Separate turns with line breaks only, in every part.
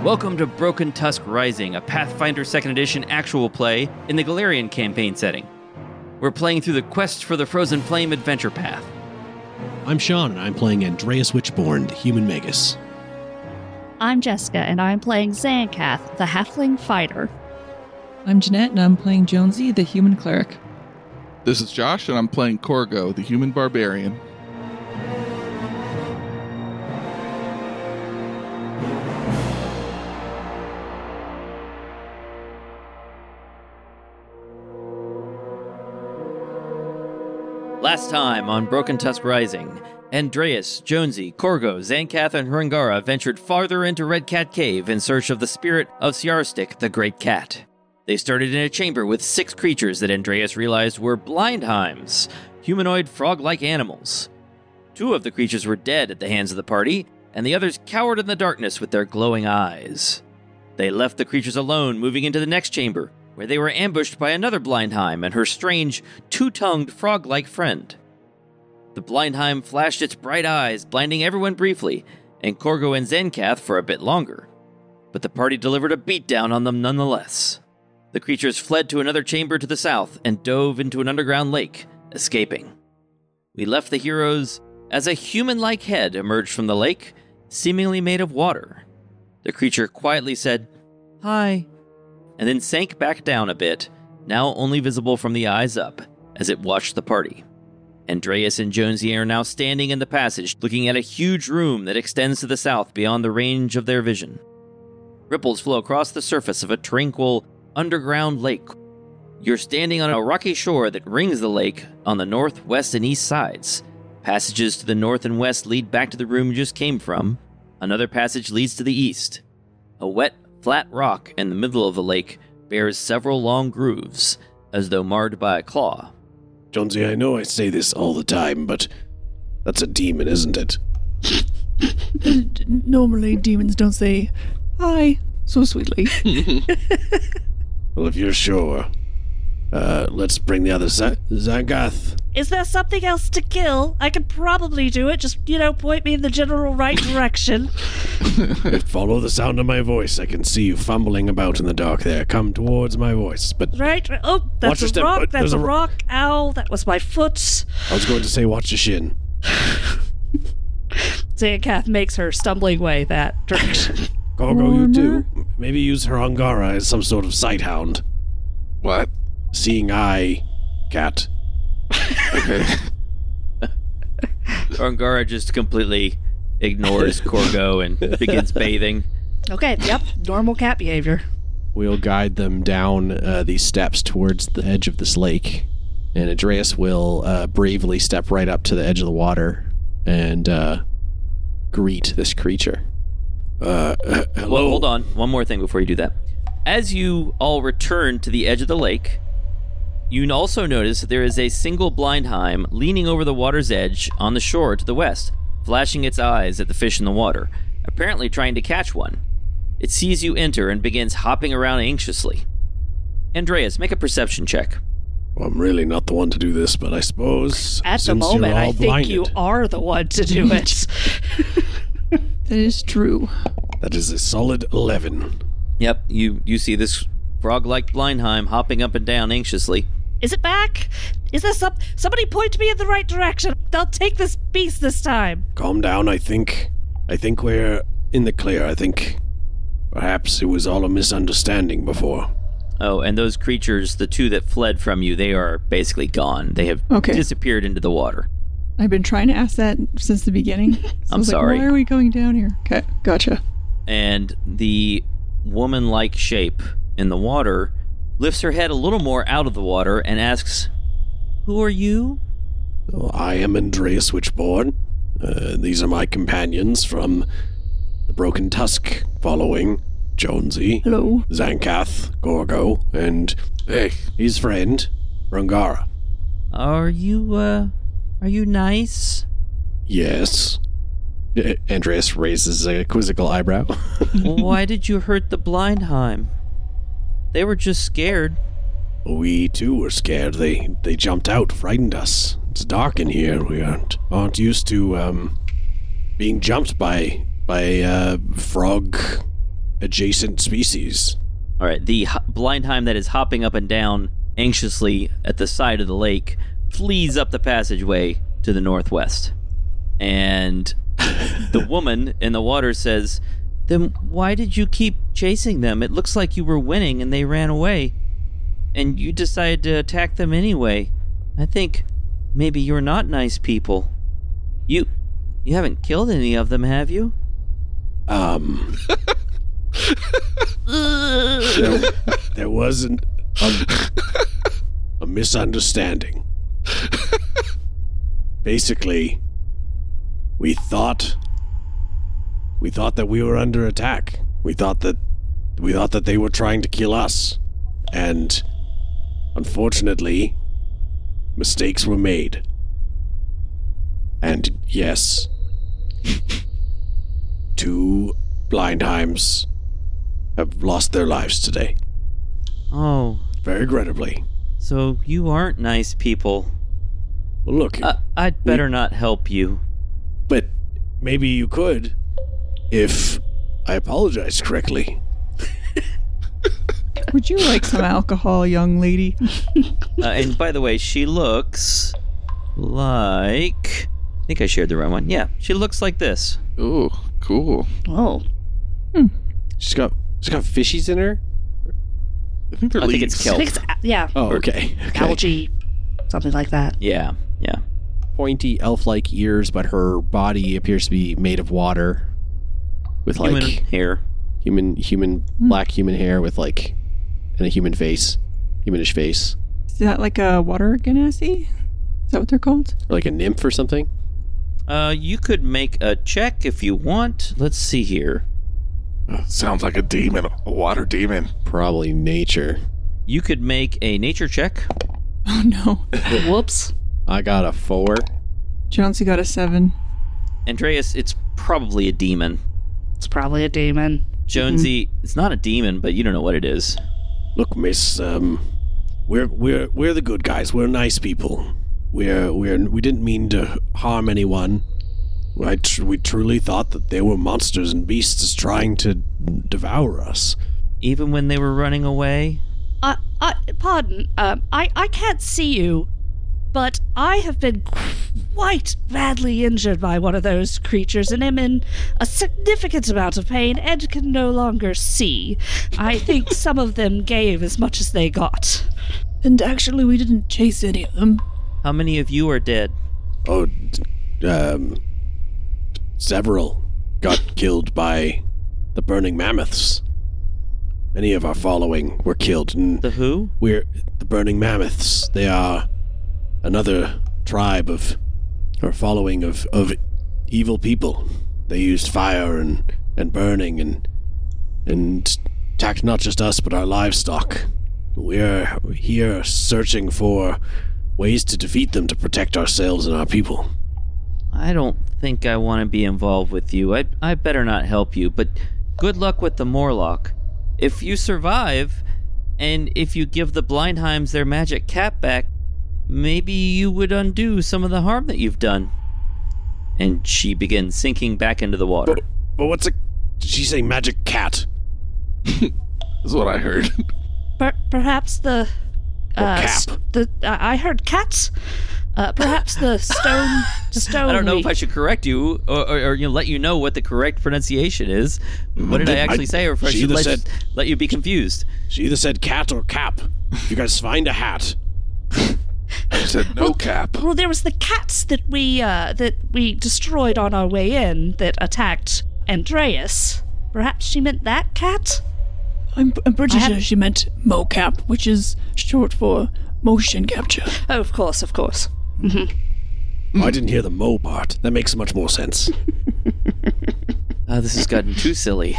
Welcome to Broken Tusk Rising, a Pathfinder 2nd Edition actual play in the Galarian campaign setting. We're playing through the Quest for the Frozen Flame adventure path.
I'm Sean, and I'm playing Andreas Witchborn, the human magus.
I'm Jessica, and I'm playing Zancath, the halfling fighter.
I'm Jeanette, and I'm playing Jonesy, the human cleric.
This is Josh, and I'm playing Corgo, the human barbarian.
Last time on Broken Tusk Rising, Andreas, Jonesy, Corgo, Zancath, and Hringara ventured farther into Red Cat Cave in search of the spirit of Siarstik, the Great Cat. They started in a chamber with six creatures that Andreas realized were Blindheims, humanoid frog like animals. Two of the creatures were dead at the hands of the party, and the others cowered in the darkness with their glowing eyes. They left the creatures alone, moving into the next chamber, where they were ambushed by another Blindheim and her strange, two tongued frog like friend. The Blindheim flashed its bright eyes, blinding everyone briefly, and Corgo and Zencath for a bit longer. But the party delivered a beatdown on them nonetheless. The creatures fled to another chamber to the south and dove into an underground lake, escaping. We left the heroes as a human like head emerged from the lake, seemingly made of water. The creature quietly said, Hi, and then sank back down a bit, now only visible from the eyes up, as it watched the party. Andreas and Jonesy are now standing in the passage, looking at a huge room that extends to the south beyond the range of their vision. Ripples flow across the surface of a tranquil, underground lake. You're standing on a rocky shore that rings the lake on the north, west, and east sides. Passages to the north and west lead back to the room you just came from. Another passage leads to the east. A wet, flat rock in the middle of the lake bears several long grooves, as though marred by a claw.
Jonesy, I know I say this all the time, but that's a demon, isn't it?
Normally, demons don't say hi so sweetly.
Well, if you're sure, uh, let's bring the other side. Zangath.
Is there something else to kill? I could probably do it. Just, you know, point me in the general right direction.
Follow the sound of my voice. I can see you fumbling about in the dark there. Come towards my voice. But
Right? right- Oh,
Watch
that's
your
a
step.
rock.
Uh,
That's
there's
a
a ro-
rock. Ow, that was my foot.
I was going to say, watch your shin.
Zancath makes her stumbling way that direction.
Corgo, you do. Maybe use her Hungara as some sort of sight hound.
What?
Seeing eye, cat.
Okay.
Angara just completely ignores Corgo and begins bathing.
okay, yep. Normal cat behavior.
We'll guide them down uh, these steps towards the edge of this lake, and Andreas will uh, bravely step right up to the edge of the water and uh, greet this creature.
Uh,
Hello. Hold on, one more thing before you do that. As you all return to the edge of the lake, you also notice that there is a single blindheim leaning over the water's edge on the shore to the west, flashing its eyes at the fish in the water, apparently trying to catch one. It sees you enter and begins hopping around anxiously. Andreas, make a perception check.
Well, I'm really not the one to do this, but I suppose
At the
since you're
moment, I
all
think
blinded,
you are the one to do it.
That is true.
That is a solid eleven.
Yep, you, you see this frog like blindheim hopping up and down anxiously.
Is it back? Is there some. Somebody point me in the right direction. They'll take this beast this time.
Calm down. I think, I think we're in the clear. I think perhaps it was all a misunderstanding before.
Oh, and those creatures, the two that fled from you, they are basically gone. They have
Okay.
disappeared into the water.
I've been trying to ask that since the beginning. So I
I'm
was like,
sorry.
Why are we going down here? Okay, gotcha.
And the woman like shape in the water lifts her head a little more out of the water and asks, Who are you?
Well, I am Andreas Witchborn. Uh, these are my companions from the Broken Tusk, following Jonesy,
Hello.
Zancath, Gorgo, and
hey,
his friend Rangara.
Are you, uh, are you nice?
Yes, Uh,
A- Andreas raises a quizzical eyebrow.
Why did you hurt the Blindheim? They were just scared.
we too were scared. They they jumped out, frightened us. It's dark in here. We aren't aren't used to um being jumped by by uh, frog adjacent species.
All right, the h- blindheim that is hopping up and down anxiously at the side of the lake flees up the passageway to the northwest. And the woman in the water says, Then why did you keep chasing them? It looks like you were winning and they ran away. And you decided to attack them anyway. I think maybe you're not nice people. You you haven't killed any of them, have you?
Um, there, there wasn't a, a misunderstanding. Basically, we thought we thought that we were under attack. We thought that we thought that they were trying to kill us, and unfortunately, mistakes were made. And yes, two blindheims have lost their lives today.
Oh,
Very regrettably.
so you aren't nice people.
Well, look,
Uh.
I- Uh, I'd better not help you.
but maybe you could if I apologize correctly.
Would you like some alcohol, young lady?
Uh, and by the way, she looks like. I think I shared the right one. Yeah, she looks like this.
Ooh, cool.
Oh.
She's got she's got fishies in her.
I think they're
I think
leaves.
it's
I
kelp.
think it's, a- yeah,
Oh, okay. okay.
algae, something like that.
Yeah, yeah.
Pointy elf-like ears, but her body appears to be made of water, with like
Human hair.
human human black human hair with like and a human face humanish face
Is that like a water ganassi? Is that what they're called?
or like a nymph or something
Uh, you could make a check if you want. Let's see here.
Sounds like a demon, a water demon.
probably nature
You could make a nature check.
Oh no.
Whoops.
i got a four
Jonesy got a seven.
Andreas, it's probably a demon.
It's probably a demon.
Jonesy, it's not a demon, but you don't know what it is.
Look, Miss, um, we're we're we're the good guys. We're nice people. We're we're we didn't mean to harm anyone. I tr- we truly thought that they were monsters and beasts trying to devour us.
Even when they were running away.
Uh, uh, pardon, um, I, I can't see you, but I have been quite badly injured by one of those creatures and am in a significant amount of pain and can no longer see. I think some of them gave as much as they got.
And actually, we didn't chase any of them.
How many of you are dead?
Oh, d- um, several got killed by the burning mammoths. Many of our following were killed, and
The who?
we're the burning mammoths. They are another tribe of, or following of, of evil people. They used fire and, and burning and and attacked not just us but our livestock. We're here searching for ways to defeat them to protect ourselves and our people.
I don't think I want to be involved with you. I I better not help you, but good luck with the Morlock. If you survive, and if you give the Blindheims their magic cap back, maybe you would undo some of the harm that you've done. And she begins sinking back into the water.
But what's a? Did she say magic cat?
Is what I heard.
Per- perhaps the.
Or
Uh,
cap.
s- the I I heard cats. Uh, perhaps the stone stone.
I don't know if
we-
I should correct you or, or, or you know, let you know what the correct pronunciation is. What did I actually say, or if I
Mm, she
should
either
let,
said-
let you be confused?
She either said cat or cap. If you guys find a hat,
She said no cap.
Well, there was the cats that we uh, that we destroyed on our way in that attacked Andreas. Perhaps she meant that cat.
I'm, I'm pretty
I have-
sure she meant mocap, which is short for motion capture.
Oh, of course, of course.
Oh, I didn't hear the mo part. That makes much more sense.
Uh, this has gotten too silly.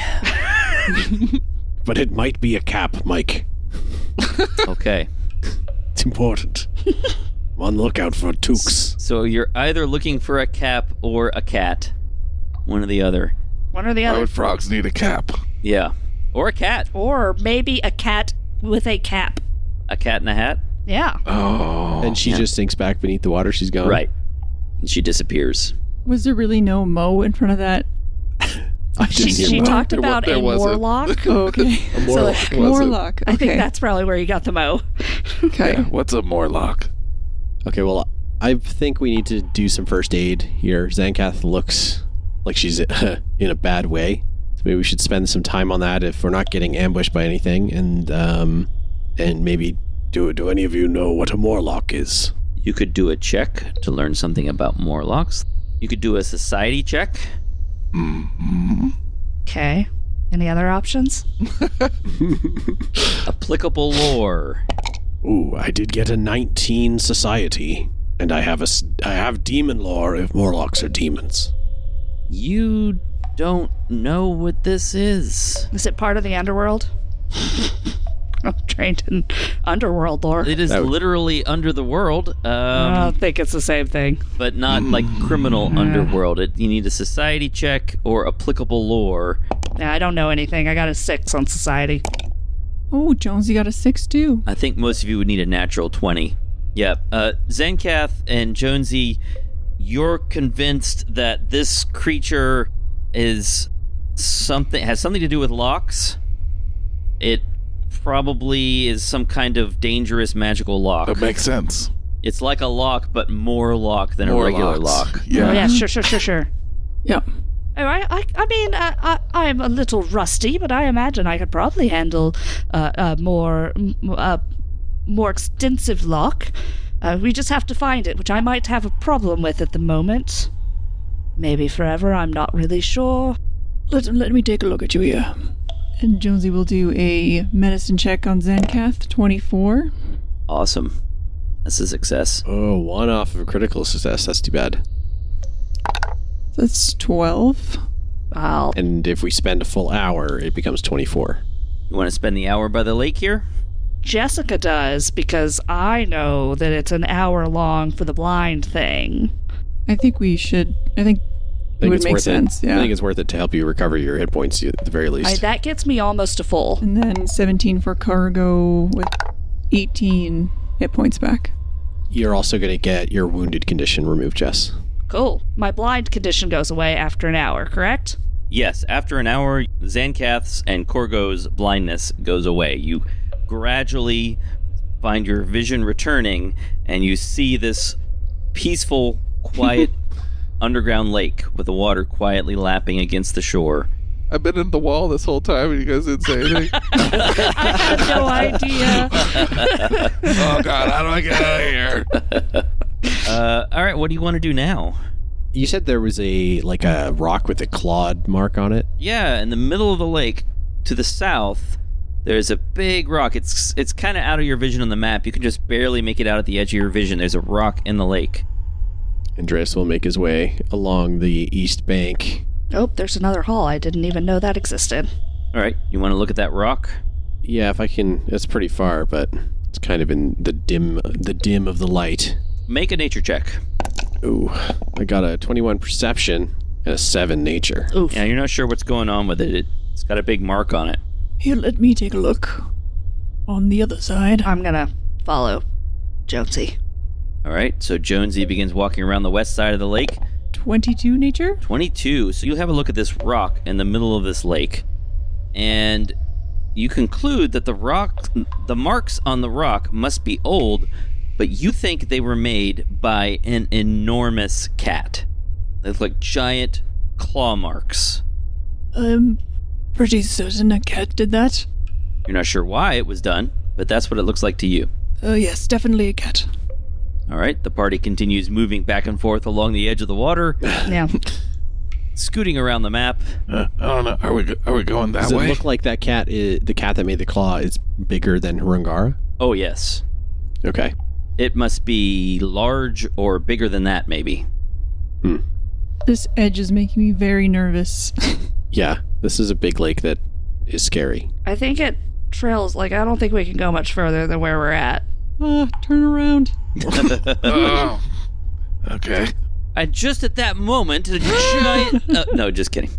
But it might be a cap, Mike.
Okay.
It's important. I'm on the lookout for toques.
So you're either looking for a cap or a cat. One or the other.
One or the
Why
other,
would frogs need a cap?
Yeah. Or a cat.
or maybe a cat with a cap.
A cat in a hat.
Yeah.
Oh,
and she just sinks back beneath the water she's gone
Right. And she disappears.
Was there really no mo in front of that
I
She,
didn't hear
she
much.
talked
There wa-
about
there
a
wasn't.
warlock.
Okay.
A Morlock
like,
was it?
Warlock. Oh, Okay.
I think that's probably where you got the mo.
Okay.
Yeah, what's a Morlock?
Okay, well, I think we need to do some first aid here. Zancath looks like she's in a bad way. So maybe we should spend some time on that if we're not getting ambushed by anything, and um, and maybe
Do do any of you know what a Morlock is?
You could do a check to learn something about Morlocks. You could do a society check.
Okay. Any other options?
Applicable lore.
Ooh, I did get a 19 society, and I have a s- I have demon lore if Morlocks are demons.
You don't know what this is.
Is it part of the underworld? I'm trained in underworld lore.
It is
That would-
literally under the world, um,
I don't think it's the same thing.
but not like criminal underworld. It, you need a society check or applicable lore.
Yeah, I don't know anything. I got a six on society.
Oh, Jonesy got a six too.
I think most of you would need a natural 20. Yeah. Uh, Zencath and Jonesy, you're convinced that this creature is something, has something to do with locks. It probably is some kind of dangerous magical lock.
That makes sense.
It's like a lock, but more lock than a regular
Morlocks.
lock.
Yeah.
Oh, yeah, sure, sure, sure, sure.
Yeah.
All right. Oh, I, I mean, uh, I, I'm a little rusty, but I imagine I could probably handle uh, a more m- uh, more extensive lock. Uh, we just have to find it, which I might have a problem with at the moment. Maybe forever. I'm not really sure.
Let, let me take a look at you here.
And Jonesy will do a medicine check on Zencath, 24.
Awesome. That's a success.
oh, one off of a critical success. That's too bad.
That's 12.
I'll
And if we spend a full hour, it becomes twenty-four.
You want to spend the hour by the lake here?
Jessica does because I know that it's an hour long for the blind thing.
I think we should. I think
I
it
think
would
it's
make
worth
sense.
It.
Yeah.
I think it's worth it to help you recover your hit points at the very
I,
least.
that gets me almost a full.
and then 17 for cargo with 18 hit points back.
You're also going to get your wounded condition removed, Jess.
Cool. My blind condition goes away after an hour, correct?
Yes, after an hour, Zancath's and Corgo's blindness goes away. You gradually find your vision returning, and you see this peaceful, quiet underground lake with the water quietly lapping against the shore.
I've been in the wall this whole time and you guys didn't say anything.
I had no idea.
oh, God, how do I get out of here?
Uh, all right, what do you want to do now?
You said there was a like a rock with a clawed mark on it.
Yeah, in the middle of the lake, to the south, there's a big rock. It's it's kind of out of your vision on the map. You can just barely make it out at the edge of your vision. There's a rock in the lake.
Andreas will make his way along the east bank.
Oh, there's another hall. I didn't even know that existed.
All right, you want to look at that rock?
Yeah, if I can, it's pretty far, but it's kind of in the dim, the dim of the light.
Make a nature check.
Ooh, I got a 21 perception and a seven nature.
Yeah, you're not sure what's going on with it. It's got a big mark on it.
Here, let me take a look. On the other side.
I'm gonna follow Jonesy.
All right, so Jonesy begins walking around the west side of the lake.
22 nature?
22. So you have a look at this rock in the middle of this lake, and you conclude that the rock, the marks on the rock, must be old, but you think they were made by an enormous cat. They look like giant claw marks.
I'm pretty certain a cat did that.
You're not sure why it was done, but that's what it looks like to you.
Uh, yes, definitely a cat.
All right, the party continues moving back and forth along the edge of the water,
Yeah.
scooting around the map.
Uh, I don't know. Are we, go- are we going that
Does
way?
it look like that cat? Is, the cat that made the claw is bigger than Hurungara?
Oh, yes.
Okay.
It must be large or bigger than that, maybe.
This edge is making me very nervous.
Yeah, this is a big lake that is scary.
I think it trails. Like, I don't think we can go much further than where we're at.
Ah, turn around.
oh. Okay.
And just at that moment, a giant. uh, no, just kidding.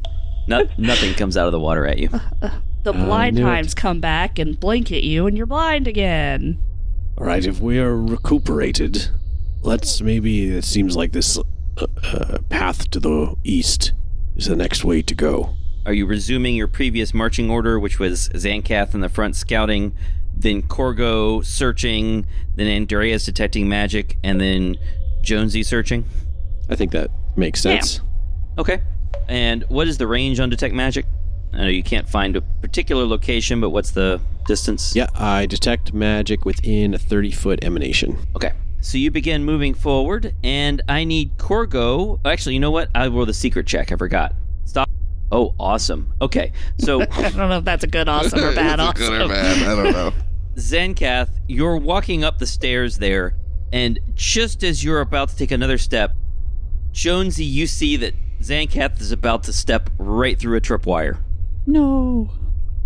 No, nothing comes out of the water at you.
The
Um,
I
blind
knew it.
times come back and blink at you, and you're blind again.
All right, if we're recuperated, let's maybe it seems like this uh, uh, path to the east is the next way to go.
Are you resuming your previous marching order, which was Zancath in the front scouting, then Corgo searching, then Andreas detecting magic, and then Jonesy searching?
I think that makes sense.
Okay. And what is the range on detect magic? I know you can't find a particular location, but what's the distance?
Yeah, I detect magic within a 30 foot emanation.
Okay. So you begin moving forward, and I need Corgo. Actually, you know what? I roll the secret check. I forgot. Stop. Oh, awesome. Okay. So,
I don't know if that's a good awesome or bad
It's a good
awesome.
or bad, I don't know.
Zancath, you're walking up the stairs there, and just as you're about to take another step, Jonesy, you see that Zancath is about to step right through a tripwire.
No.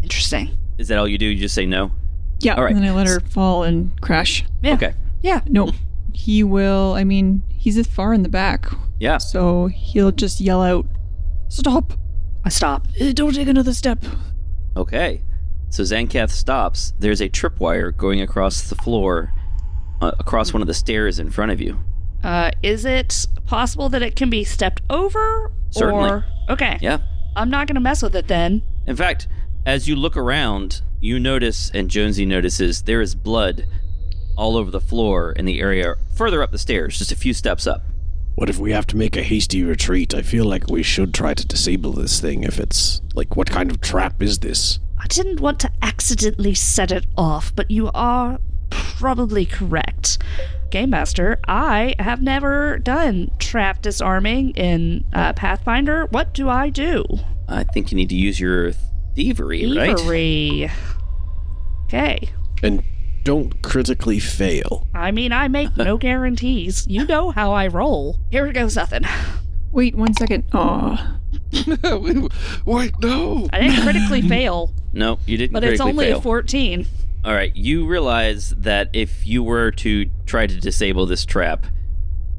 Interesting.
Is that all you do? You just say no?
Yeah.
All right.
And then I let her fall and crash.
Yeah.
Okay.
Yeah.
No. He will. I mean, he's far in the back,
Yeah.
so he'll just yell out, "Stop!
I stop.
Eh, Don't take another step."
Okay. So Zancath stops. There's a tripwire going across the floor, uh, across one of the stairs in front of you.
Uh, is it possible that it can be stepped over?
Certainly.
Or... Okay.
Yeah.
I'm not going to mess with it then.
In fact, as you look around, you notice, and Jonesy notices, there is blood all over the floor in the area further up the stairs, just a few steps up.
What if we have to make a hasty retreat? I feel like we should try to disable this thing if it's like what kind of trap is this?
I didn't want to accidentally set it off, but you are probably correct. Game Master, I have never done trap disarming in uh, Pathfinder. What do I do?
I think you need to use your thievery, right?
Thievery. Okay.
And don't critically fail.
I mean, I make no guarantees. You know how I roll. Here goes nothing.
Wait one second. Aw.
We- Wait, no.
I didn't critically fail,
No, you didn't.
but it's
critically
only
fail.
a 14.
All right, you realize that if you were to try to disable this trap,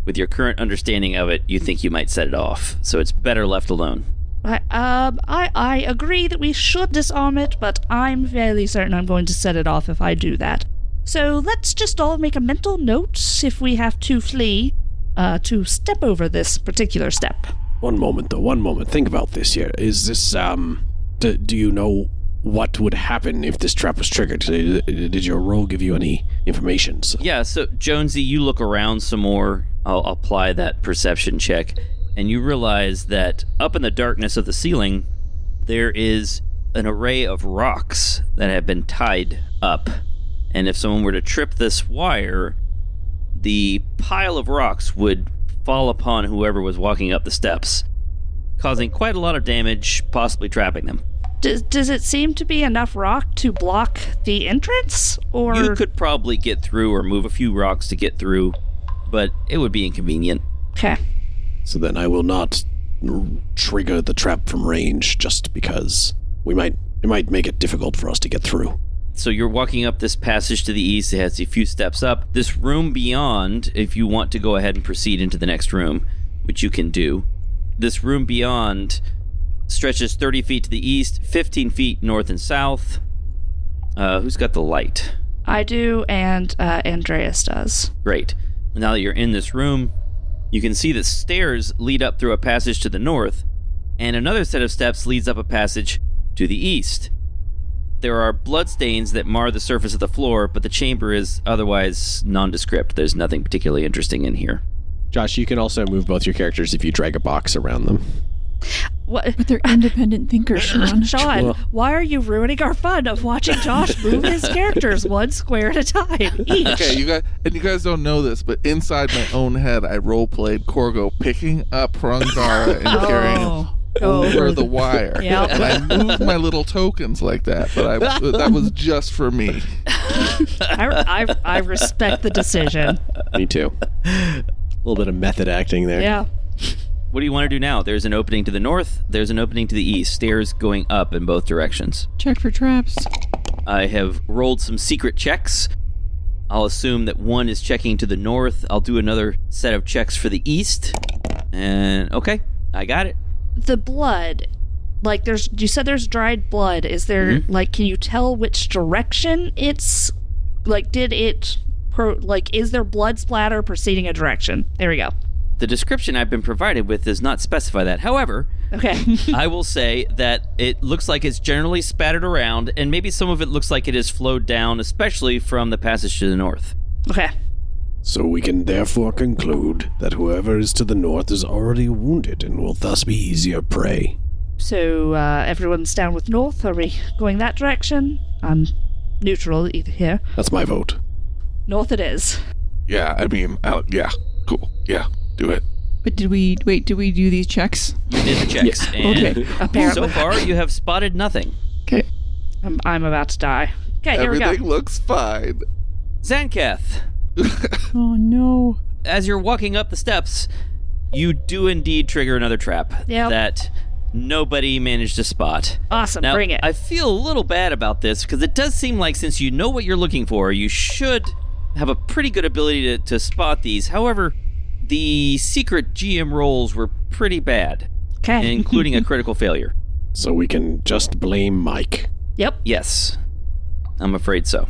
with your current understanding of it, you think you might set it off. So it's better left alone.
I, um, I, I agree that we should disarm it, but I'm fairly certain I'm going to set it off if I do that. So let's just all make a mental note if we have to flee, uh, to step over this particular step.
One moment, though. One moment. Think about this here. Is this, um, d- do you know what would happen if this trap was triggered? Did, did your role give you any information? So,
Yeah, so Jonesy, you look around some more. I'll apply that perception check, and you realize that up in the darkness of the ceiling, there is an array of rocks that have been tied up. And if someone were to trip this wire, the pile of rocks would fall upon whoever was walking up the steps, causing quite a lot of damage, possibly trapping them.
Does, does it seem to be enough rock to block the entrance? Or.
You could probably get through or move a few rocks to get through, but it would be inconvenient.
Okay.
so then I will not r- trigger the trap from range just because we might, it might make it difficult for us to get through.
So you're walking up this passage to the east. It has a few steps up. This room beyond, if you want to go ahead and proceed into the next room, which you can do, this room beyond stretches 30 feet to the east, 15 feet north and south. Uh, who's got the light?
I do, and uh, Andreas does.
Great. Now that you're in this room, you can see the stairs lead up through a passage to the north, and another set of steps leads up a passage to the east. There are bloodstains that mar the surface of the floor, but the chamber is otherwise nondescript. There's nothing particularly interesting in here.
Josh, you can also move both your characters if you drag a box around them.
What?
But they're independent thinkers, Sean.
Sean, why are you ruining our fun of watching Josh move his characters one square at a time each?
Okay, you guys, and you guys don't know this, but inside my own head, I role played Corgo picking up Prangara and carrying him
Oh.
over the wire.
Yep.
And I moved my little tokens like that, but I, that was just for me.
I, I, I respect the decision.
Me too. a little bit of method acting there.
Yeah.
What do you want to do now? There's an opening to the north, there's an opening to the east, stairs going up in both directions.
Check for traps.
I have rolled some secret checks. I'll assume that one is checking to the north. I'll do another set of checks for the east. And okay, I got it.
The blood, like there's, you said there's dried blood. Is there like, can you tell which direction it's, like, did it, pro, like, is there blood splatter preceding a direction? There we go.
The description I've been provided with does not specify that. However,
Okay.
I will say that it looks like it's generally spattered around, and maybe some of it looks like it has flowed down, especially from the passage to the north.
Okay.
So we can therefore conclude that whoever is to the north is already wounded and will thus be easier prey.
So uh, everyone's down with north. Are we going that direction? I'm neutral either here.
That's my vote.
North it is.
Yeah, I mean, I, yeah, cool. Yeah, do it.
But did we wait? Did we do these checks?
You did the checks, and so
Apparently,
far you have spotted nothing.
I'm, I'm about to die. Okay, here we go.
Everything looks fine.
Zancath,
Oh no!
as you're walking up the steps, you do indeed trigger another trap
Yep.
that nobody managed to spot.
Awesome,
Now,
bring it.
I feel a little bad about this because it does seem like since you know what you're looking for, you should have a pretty good ability to, to spot these. However, the secret GM rolls were pretty bad,
okay.
including a critical failure.
So we can just blame Mike.
yep.
Yes, I'm afraid so.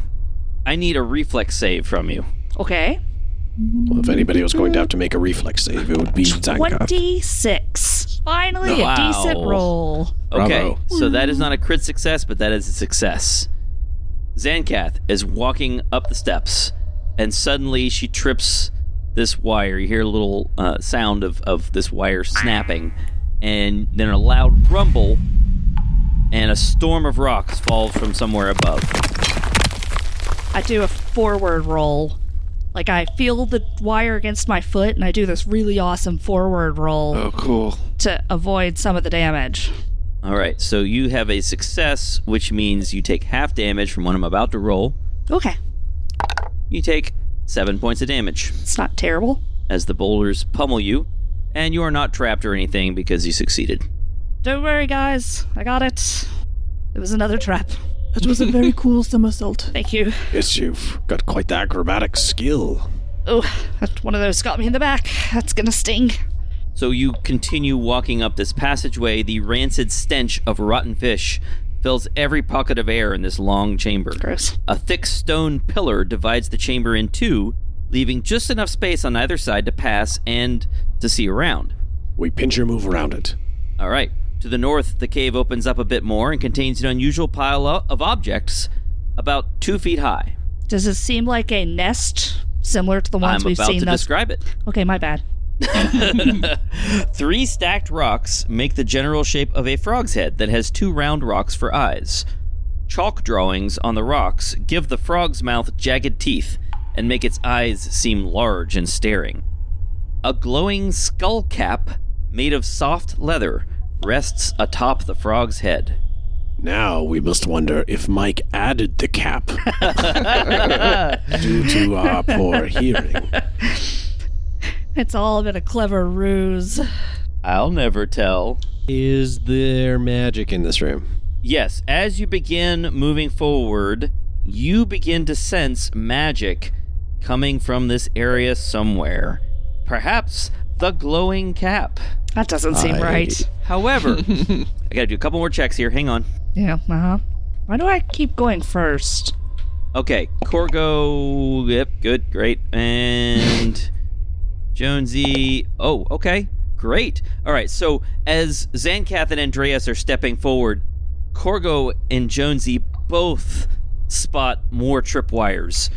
I need a reflex save from you.
Okay.
Well, if anybody was going to have to make a reflex save, it would be Zanka.
26. Finally,
Wow.
a decent roll.
Okay,
Bravo.
so that is not a crit success, but that is a success. Zancath is walking up the steps, and suddenly she trips this wire. You hear a little uh, sound of, of this wire snapping, and then a loud rumble, and a storm of rocks falls from somewhere above.
I do a forward roll. Like I feel the wire against my foot and I do this really awesome forward roll
Oh, cool.
to avoid some of the damage.
All right, so you have a success, which means you take half damage from what I'm about to roll.
Okay.
You take seven points of damage.
It's not terrible.
as the boulders pummel you, and you are not trapped or anything because you succeeded.
Don't worry guys. I got it. It was another trap.
That was a very cool somersault.
Thank you.
Yes, you've got quite the acrobatic skill.
Oh, that one of those got me in the back. That's gonna sting.
So you continue walking up this passageway. The rancid stench of rotten fish fills every pocket of air in this long chamber.
Gross.
A thick stone pillar divides the chamber in two, leaving just enough space on either side to pass and to see around.
We pinch or move around it.
All right. To the north, the cave opens up a bit more and contains an unusual pile o- of objects about two feet high.
Does it seem like a nest similar to the ones
I'm
we've
about
seen
to
thus
describe it.
Okay, my bad.
Three stacked rocks make the general shape of a frog's head that has two round rocks for eyes. Chalk drawings on the rocks give the frog's mouth jagged teeth and make its eyes seem large and staring. A glowing skull cap made of soft leather rests atop the frog's head.
Now we must wonder if Mike added the cap due to our poor hearing.
It's all been a clever ruse.
I'll never tell.
Is there magic in this room?
Yes, as you begin moving forward, you begin to sense magic coming from this area somewhere. Perhaps the glowing cap.
That doesn't seem
I-
right.
However, I gotta do a couple more checks here. Hang on.
Yeah, uh huh. Why do I keep going first?
Okay, Corgo. Yep, good, great. And Jonesy. Oh, okay, great. All right, so as Zancath and Andreas are stepping forward, Corgo and Jonesy both spot more tripwires.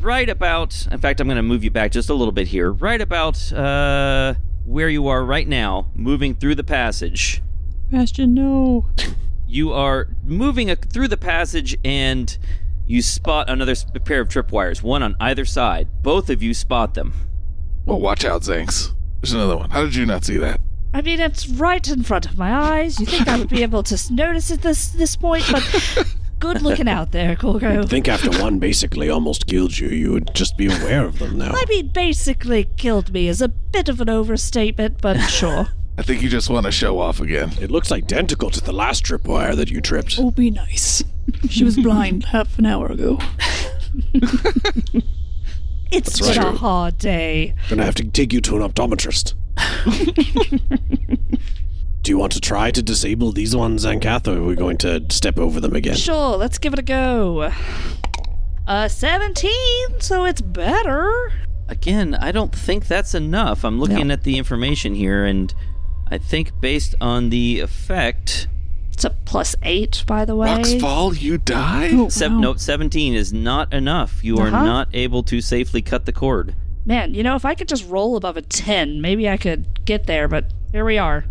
Right about, in fact, I'm going to move you back just a little bit here. Right about uh, where you are right now, moving through the passage
Bastion, no!
you are moving a, through the passage and you spot another s- pair of tripwires, one on either side. Both of you spot them.
Well, watch out, Zanks. There's another one. How did you not see that?
I mean, it's right in front of my eyes. You think I would be able to s- notice at this this point? But good looking out there,
I
Corgo.
think after one basically almost killed you, you would just be aware of them now.
I mean, basically killed me is a bit of an overstatement, but sure.
I think you just want to show off again.
It looks identical to the last tripwire that you tripped.
Oh, be nice. She was blind half an hour ago.
It's
That's
been a
true.
hard day.
Gonna have to take you to an optometrist. Do you want to try to disable these ones, Zankath, or are we going to step over them again?
Sure, let's give it a go. Uh, 17, so it's better.
Again, I don't think that's enough. I'm looking at the information here and I think based on the effect,
It's a plus eight, by the way.
Rocks fall, you die?
sep- note 17 is not enough. You are
Oh, Uh-huh.
not able to safely cut the cord.
Man, you know, if I could just roll above a ten, maybe I could get there. But here we are.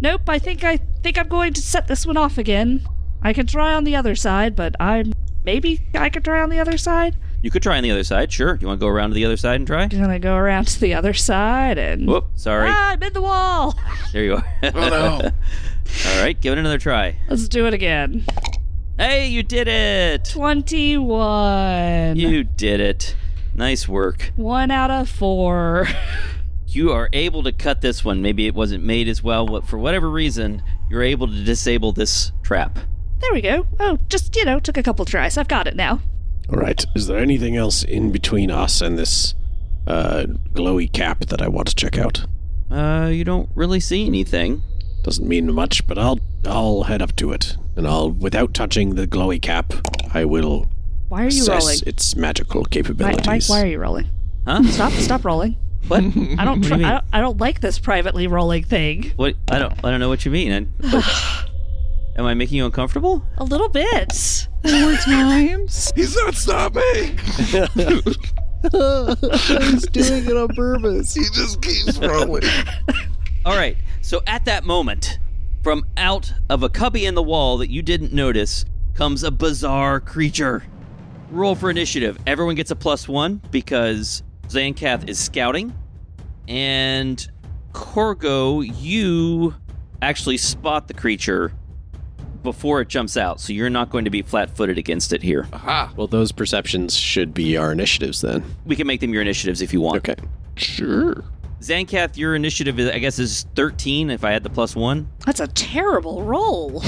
Nope. I think I think I'm going to set this one off again. I could try on the other side, but I'm maybe I could try on the other side.
You could try on the other side, sure. You want to go around to the other side and try?
I'm gonna go around to the other side and
Whoop, sorry.
ah, I'm in the wall.
There you are.
Oh no.
All right, give it another try.
Let's do it again.
Hey, you did it!
Twenty-one.
You did it. Nice work.
One out of four.
You are able to cut this one. Maybe it wasn't made as well, but for whatever reason, you're able to disable this trap.
There we go. Oh, just you know, took a couple tries. I've got it now.
All right. Is there anything else in between us and this uh, glowy cap that I want to check out?
Uh, you don't really see anything.
Doesn't mean much, but I'll I'll head up to it, and I'll without touching the glowy cap, I will
Why are you
assess
rolling?
its magical
Mike, Mike,
capabilities.
why are you rolling?
Huh?
Stop, stop rolling.
What?
I don't,
What do you
I
mean?
don't, I don't like this privately rolling thing.
What? I don't. I don't know what you mean. I, am I making you uncomfortable?
A little bit.
Four times?
He's not stopping.
He's doing it on purpose.
He just keeps rolling.
All right. So at that moment, from out of a cubby in the wall that you didn't notice, comes a bizarre creature. Roll for initiative. Everyone gets a plus one because Zancath is scouting, and Corgo, you actually spot the creature before it jumps out, so you're not going to be flat-footed against it here.
Aha.
Well, those perceptions should be our initiatives then.
We can make them your initiatives if you want.
Okay.
Sure.
Zancath, your initiative, is, I guess, is 13 if I had the plus one.
That's a terrible roll.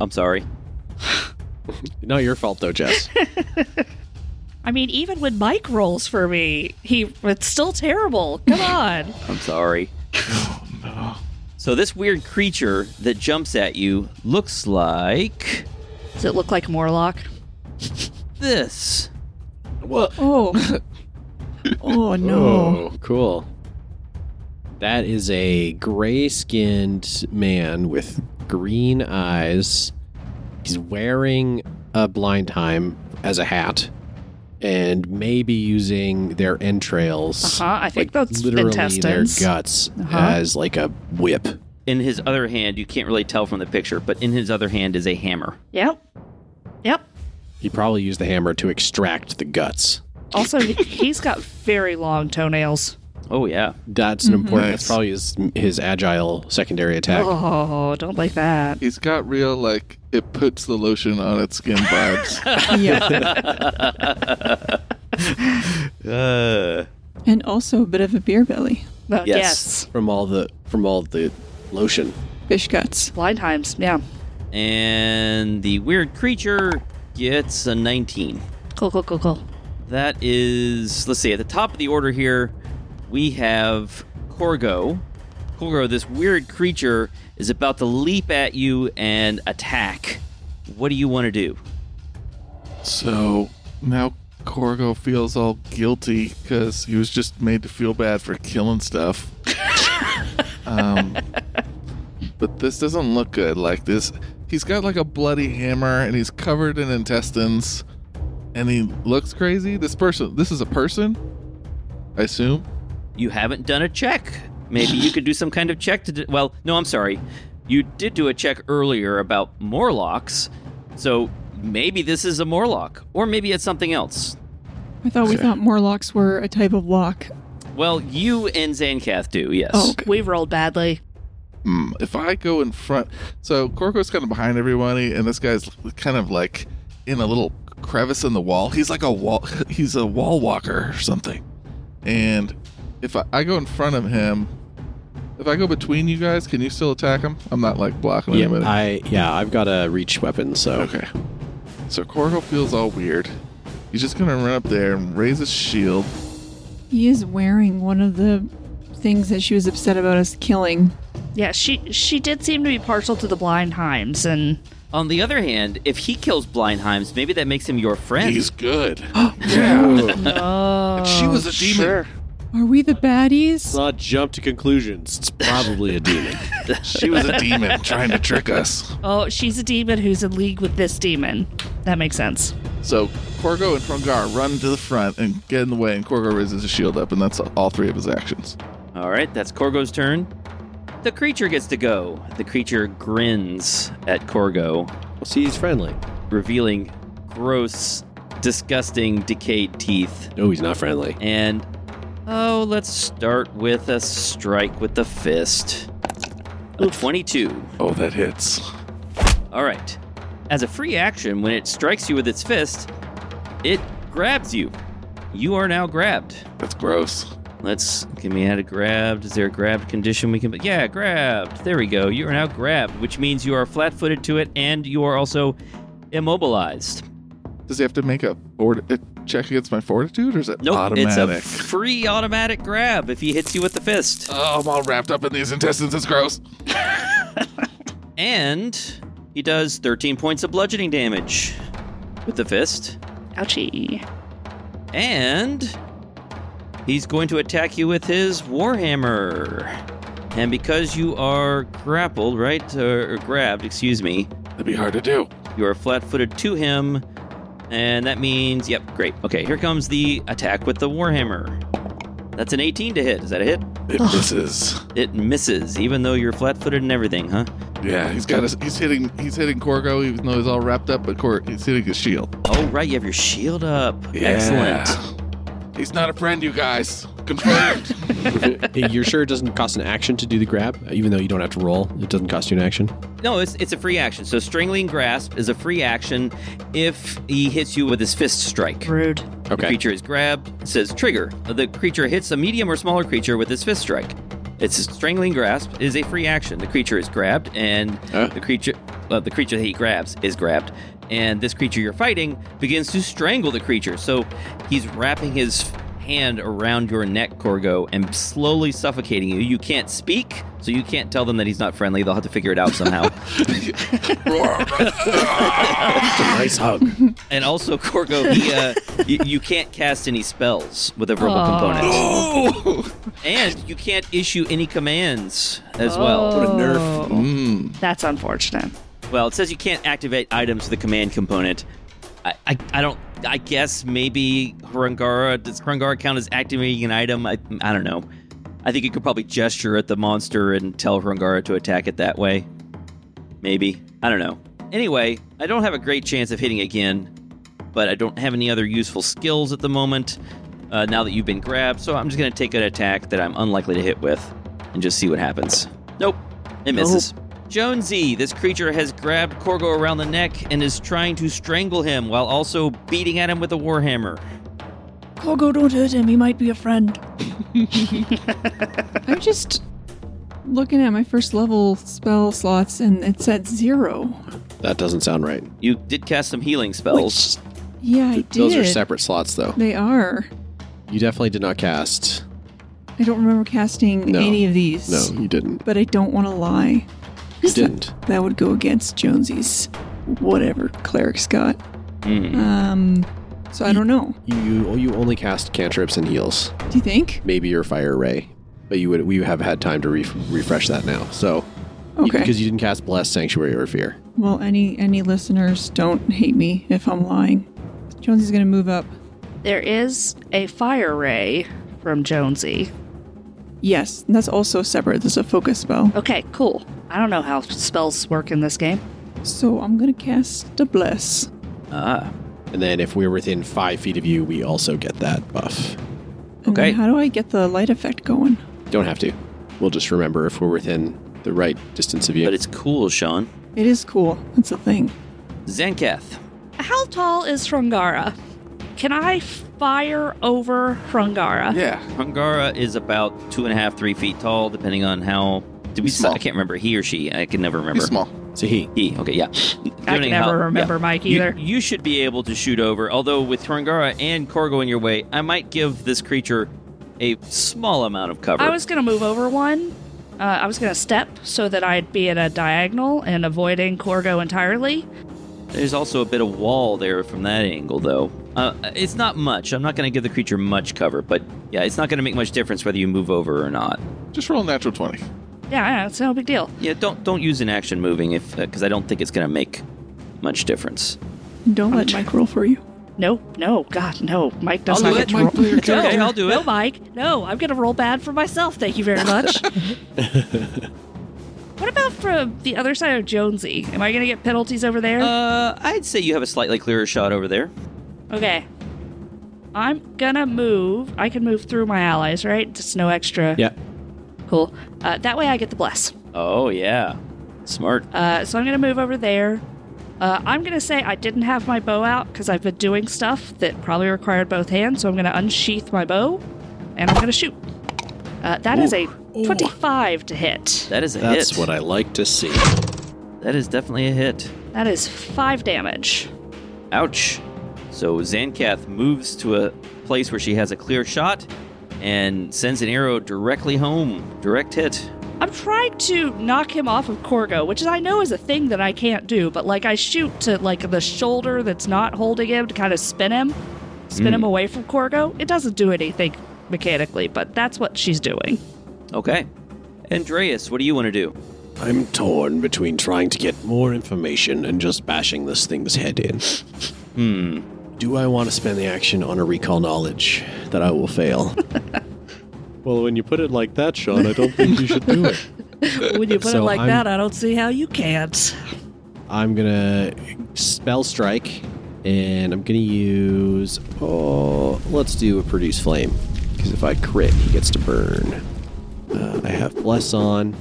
I'm sorry.
Not your fault though, Jess.
I mean, even when Mike rolls for me, he it's still terrible. Come on.
I'm sorry. So this weird creature that jumps at you looks like
Does it look like Morlock?
this.
Oh. Oh, no.
Oh, cool. That is a gray skinned man with green eyes. He's wearing a blindheim as a hat and maybe using their entrails.
Uh-huh, I think that's
literally
intestines.
their guts
Uh-huh.
as like a whip.
In his other hand, you can't really tell from the picture, but in his other hand is a hammer.
Yep. Yep.
He probably used the hammer to extract the guts.
Also, he- he's got very long toenails.
Oh yeah.
That's
Mm-hmm.
an important. That's
Nice.
probably his, his agile secondary attack.
Oh, don't like that.
He's got real like it puts the lotion on its skin vibes.
Yeah.
Uh.
and also a bit of a beer belly.
Oh, yes.
Yes.
From all the from all the lotion.
Fish guts.
Blindheims. Yeah.
And the weird creature gets a 19.
Cool, cool, cool, cool.
That is, let's see, at the top of the order here, we have Corgo. Corgo, this weird creature, is about to leap at you and attack. What do you want to do?
so now Corgo feels all guilty because he was just made to feel bad for killing stuff. um, but this doesn't look good. Like this, he's got like a bloody hammer and he's covered in intestines, and he looks crazy. This person, this is a person, I assume.
You haven't done a check. Maybe you could do some kind of check to. d well, no, I'm sorry. You did do a check earlier about Morlocks, so maybe this is a Morlock, or maybe it's something else.
I thought we
Okay.
thought Morlocks were a type of lock.
Well, you and Zancath do, yes.
Oh, okay.
We've rolled badly.
Hmm, if I go in front, so Corco's kind of behind everybody, and this guy's kind of like in a little crevice in the wall. He's like a wall. He's a wall walker or something. And if I, I go in front of him, if I go between you guys, can you still attack him? I'm not like blocking
Yeah,
anybody.
I yeah, I've got a reach weapon, so
okay. So Corco feels all weird. He's just gonna run up there and raise his shield.
He is wearing one of the things that she was upset about us killing.
Yeah, she she did seem to be partial to the Blindheims, and
On the other hand, if he kills Blindheims, maybe that makes him your friend.
He's good. yeah.
oh,
She was a demon.
Are we the baddies?
not jump to conclusions. It's probably a demon.
She was a demon trying to trick us.
Oh, she's a demon who's in league with this demon. That makes sense.
So Corgo and Frongar run to the front and get in the way, and Corgo raises his shield up, and that's all three of his actions.
All right, that's Corgo's turn. The creature gets to go. The creature grins at Corgo,
See, he's friendly.
revealing gross, disgusting, decayed teeth.
No, he's not friendly.
And oh, let's start with a strike with the fist. A 22.
Oh, that hits.
All right. As a free action, when it strikes you with its fist, it grabs you. You are now grabbed.
That's gross.
Let's give me added grabbed. Is there a grabbed condition we can? Yeah, grabbed. There we go. You are now grabbed, which means you are flat-footed to it, and you are also immobilized.
Does he have to make a, fort- a check against my fortitude, or is it
Nope,
automatic?
it's a free automatic grab if he hits you with the fist,
oh, I'm all wrapped up in these intestines. It's gross.
and he does 13 points of bludgeoning damage with the fist,
Ouchie.
and he's going to attack you with his warhammer. And because you are grappled, right, or or grabbed, excuse me,
That'd be hard to do.
You are flat footed to him, and that means, yep, great. Okay, here comes the attack with the Warhammer. That's an 18 to hit. Is that a hit?
It misses.
It misses, even though you're flat footed and everything, huh?
Yeah, he's got. His, he's hitting. He's hitting Corgo, even though he's all wrapped up. But Cor- he's hitting his shield.
Oh, right, you have your shield up. Excellent.
Excellent. He's not a friend, you guys. Confirmed.
You're sure it doesn't cost an action to do the grab, even though you don't have to roll. It doesn't cost you an action.
No, it's, it's a free action. So, Strangling Grasp is a free action if he hits you with his fist strike.
Rude.
The
Okay.
creature is grabbed. It says trigger. The creature hits a medium or smaller creature with its fist strike. Its strangling grasp is a free action. The creature is grabbed, and
Huh?
the creature, well, the creature that he grabs is grabbed, and this creature you're fighting begins to strangle the creature. So he's wrapping his hand around your neck, Corgo, and slowly suffocating you. You can't speak, so you can't tell them that he's not friendly. They'll have to figure it out somehow.
Nice hug.
and also, Corgo, he, uh, y- you can't cast any spells with a verbal
Aw.
component. And you can't issue any commands as well.
Oh,
Mm.
That's unfortunate.
Well, it says you can't activate items with the command component. I, I, I don't. I guess maybe Hrungara does Hrungara count as activating an item? I, I don't know. I think you could probably gesture at the monster and tell Hrungara to attack it that way. Maybe I don't know. Anyway, I don't have a great chance of hitting again, but I don't have any other useful skills at the moment. Uh, now that you've been grabbed, so I'm just gonna take an attack that I'm unlikely to hit with, and just see what happens. Nope, it misses.
Oh.
Jonesy, this creature has grabbed Corgo around the neck and is trying to strangle him while also beating at him with a warhammer.
Corgo, don't hurt him. He might be a friend.
I'm just looking at my first level spell slots and it's at zero.
That doesn't sound right.
You did cast some healing spells.
Yeah, I did.
Those are separate slots, though.
They are.
You definitely did not cast.
I don't remember casting
No.
any of these.
No, you didn't.
But I don't want to lie.
You didn't.
That would go against Jonesy's whatever cleric's got.
Hmm.
Mm.
Um, so I don't know.
You you only cast cantrips and heals.
Do you think?
Maybe your fire ray, but you would we have had time to re- refresh that now. So
Okay.
because you didn't cast bless sanctuary or fear.
Well, any any listeners, don't hate me if I'm lying. Jonesy's gonna move up.
There is a fire ray from Jonesy.
Yes, and that's also separate. That's a focus spell.
Okay, cool. I don't know how spells work in this game.
So I'm gonna cast a bless.
Ah,
And then if we're within five feet of you, we also get that buff.
And then
Okay.
How do I get the light effect going?
Don't have to. We'll just remember if we're within the right distance of you.
but it's cool, Sean.
It is cool. That's a thing.
Zankath,
How tall is Frungara? Can I fire over Frungara?
Yeah.
Hungara is about two and a half, three feet tall, depending on how. Did we?
He's small.
I can't remember he or she. I can never remember.
He's small.
so he.
He. Okay, yeah.
I can
Depending how-
never
yeah.
remember Mike
You-
either.
You, should be able to shoot over, although with Hrungara and Corgo in your way, I might give this creature a small amount of cover.
I was gonna move over one. Uh, I was gonna step so that I'd be at a diagonal and avoiding Corgo entirely.
There's also a bit of wall there from that angle, though. Uh, it's not much. I'm not going to give the creature much cover, but yeah, it's not going to make much difference whether you move over or not.
Just roll a natural 20.
Yeah, yeah, it's no big deal.
Yeah, don't don't use an action moving if because I don't think it's going to make much difference.
Don't let Mike roll for you.
No, no, God, no. Mike does
I'll
not
do
get
it.
to
Mike,
roll.
play your character.
no,
I'll do
No,
it.
Mike. No, I'm gonna roll bad for myself. Thank you very much. what about from the other side of Jonesy? Am I gonna get penalties over there?
Uh, I'd say you have a slightly clearer shot over there.
okay. I'm gonna move. I can move through my allies, right? Just no extra.
Yeah.
Cool. Uh, that way I get the bless.
Oh yeah, smart.
Uh, so I'm going to move over there. Uh, I'm going to say I didn't have my bow out because I've been doing stuff that probably required both hands. So I'm going to unsheath my bow and I'm going to shoot. Uh, that is a 25 to hit.
That is a
That's
hit.
what I like to see.
that is definitely a hit.
That is 5 damage.
Ouch. So Zancath moves to a place where she has a clear shot and sends an arrow directly home. Direct hit.
I'm trying to knock him off of Corgo, which is- I know is a thing that I can't do, but like I shoot to like the shoulder that's not holding him to kind of spin him, spin him away from Corgo. It doesn't do anything mechanically, but that's what she's doing.
Okay. Andreas, what do you want to do?
I'm torn between trying to get more information and just bashing this thing's head in.
Hmm.
Do I want to spend the action on a recall knowledge that I will fail? well, when you put it like that, Sean, I don't think you should do it.
when you put it
So
like
I'm-
that, I don't see how you can't.
I'm gonna spell strike, and I'm gonna use. Oh, let's do a produce flame, because if I crit, he gets to burn. Uh, I have bless on.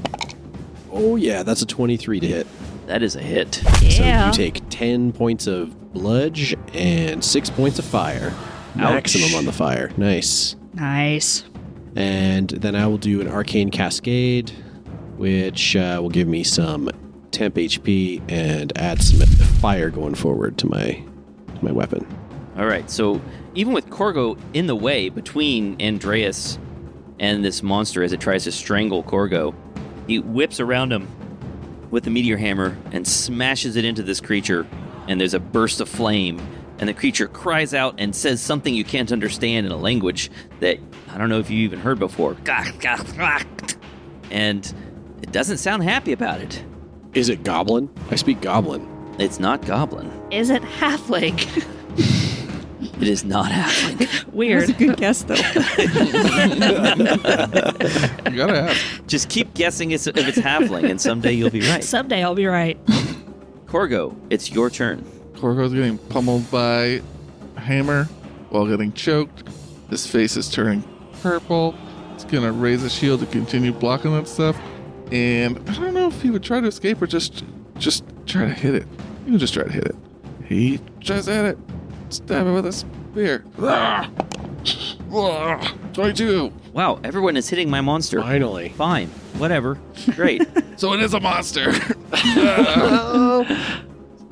Oh yeah, that's a 23 to hit.
That is a hit.
Yeah.
So you take 10 points of bludge and six points of fire. Maximum on the fire. Nice.
Nice.
And then I will do an arcane cascade, which uh, will give me some temp HP and add some fire going forward to my to my weapon.
All right. So even with Corgo in the way between Andreas and this monster as it tries to strangle Corgo, he whips around him with the meteor hammer and smashes it into this creature. And there's a burst of flame. And the creature cries out and says something you can't understand in a language that I don't know if you even heard before. And it doesn't sound happy about it.
Is it goblin? I speak goblin.
It's not goblin.
Is it halfling?
It is not halfling.
That's a
Weird.
good guess, though.
You gotta ask.
Just keep guessing it's, if it's halfling, and someday you'll be right.
Someday I'll be right.
Corgo, it's your turn.
Corgo's getting pummeled by a hammer while getting choked. His face is turning purple. It's gonna raise a shield to continue blocking that stuff. And I don't know if he would try to escape or just just try to hit it. He would just try to hit it. He tries at it. Stab it with a spear. Ah! Ah! 22.
Wow, everyone is hitting my monster.
Finally.
Fine, whatever. Great.
So it is a monster. Ah!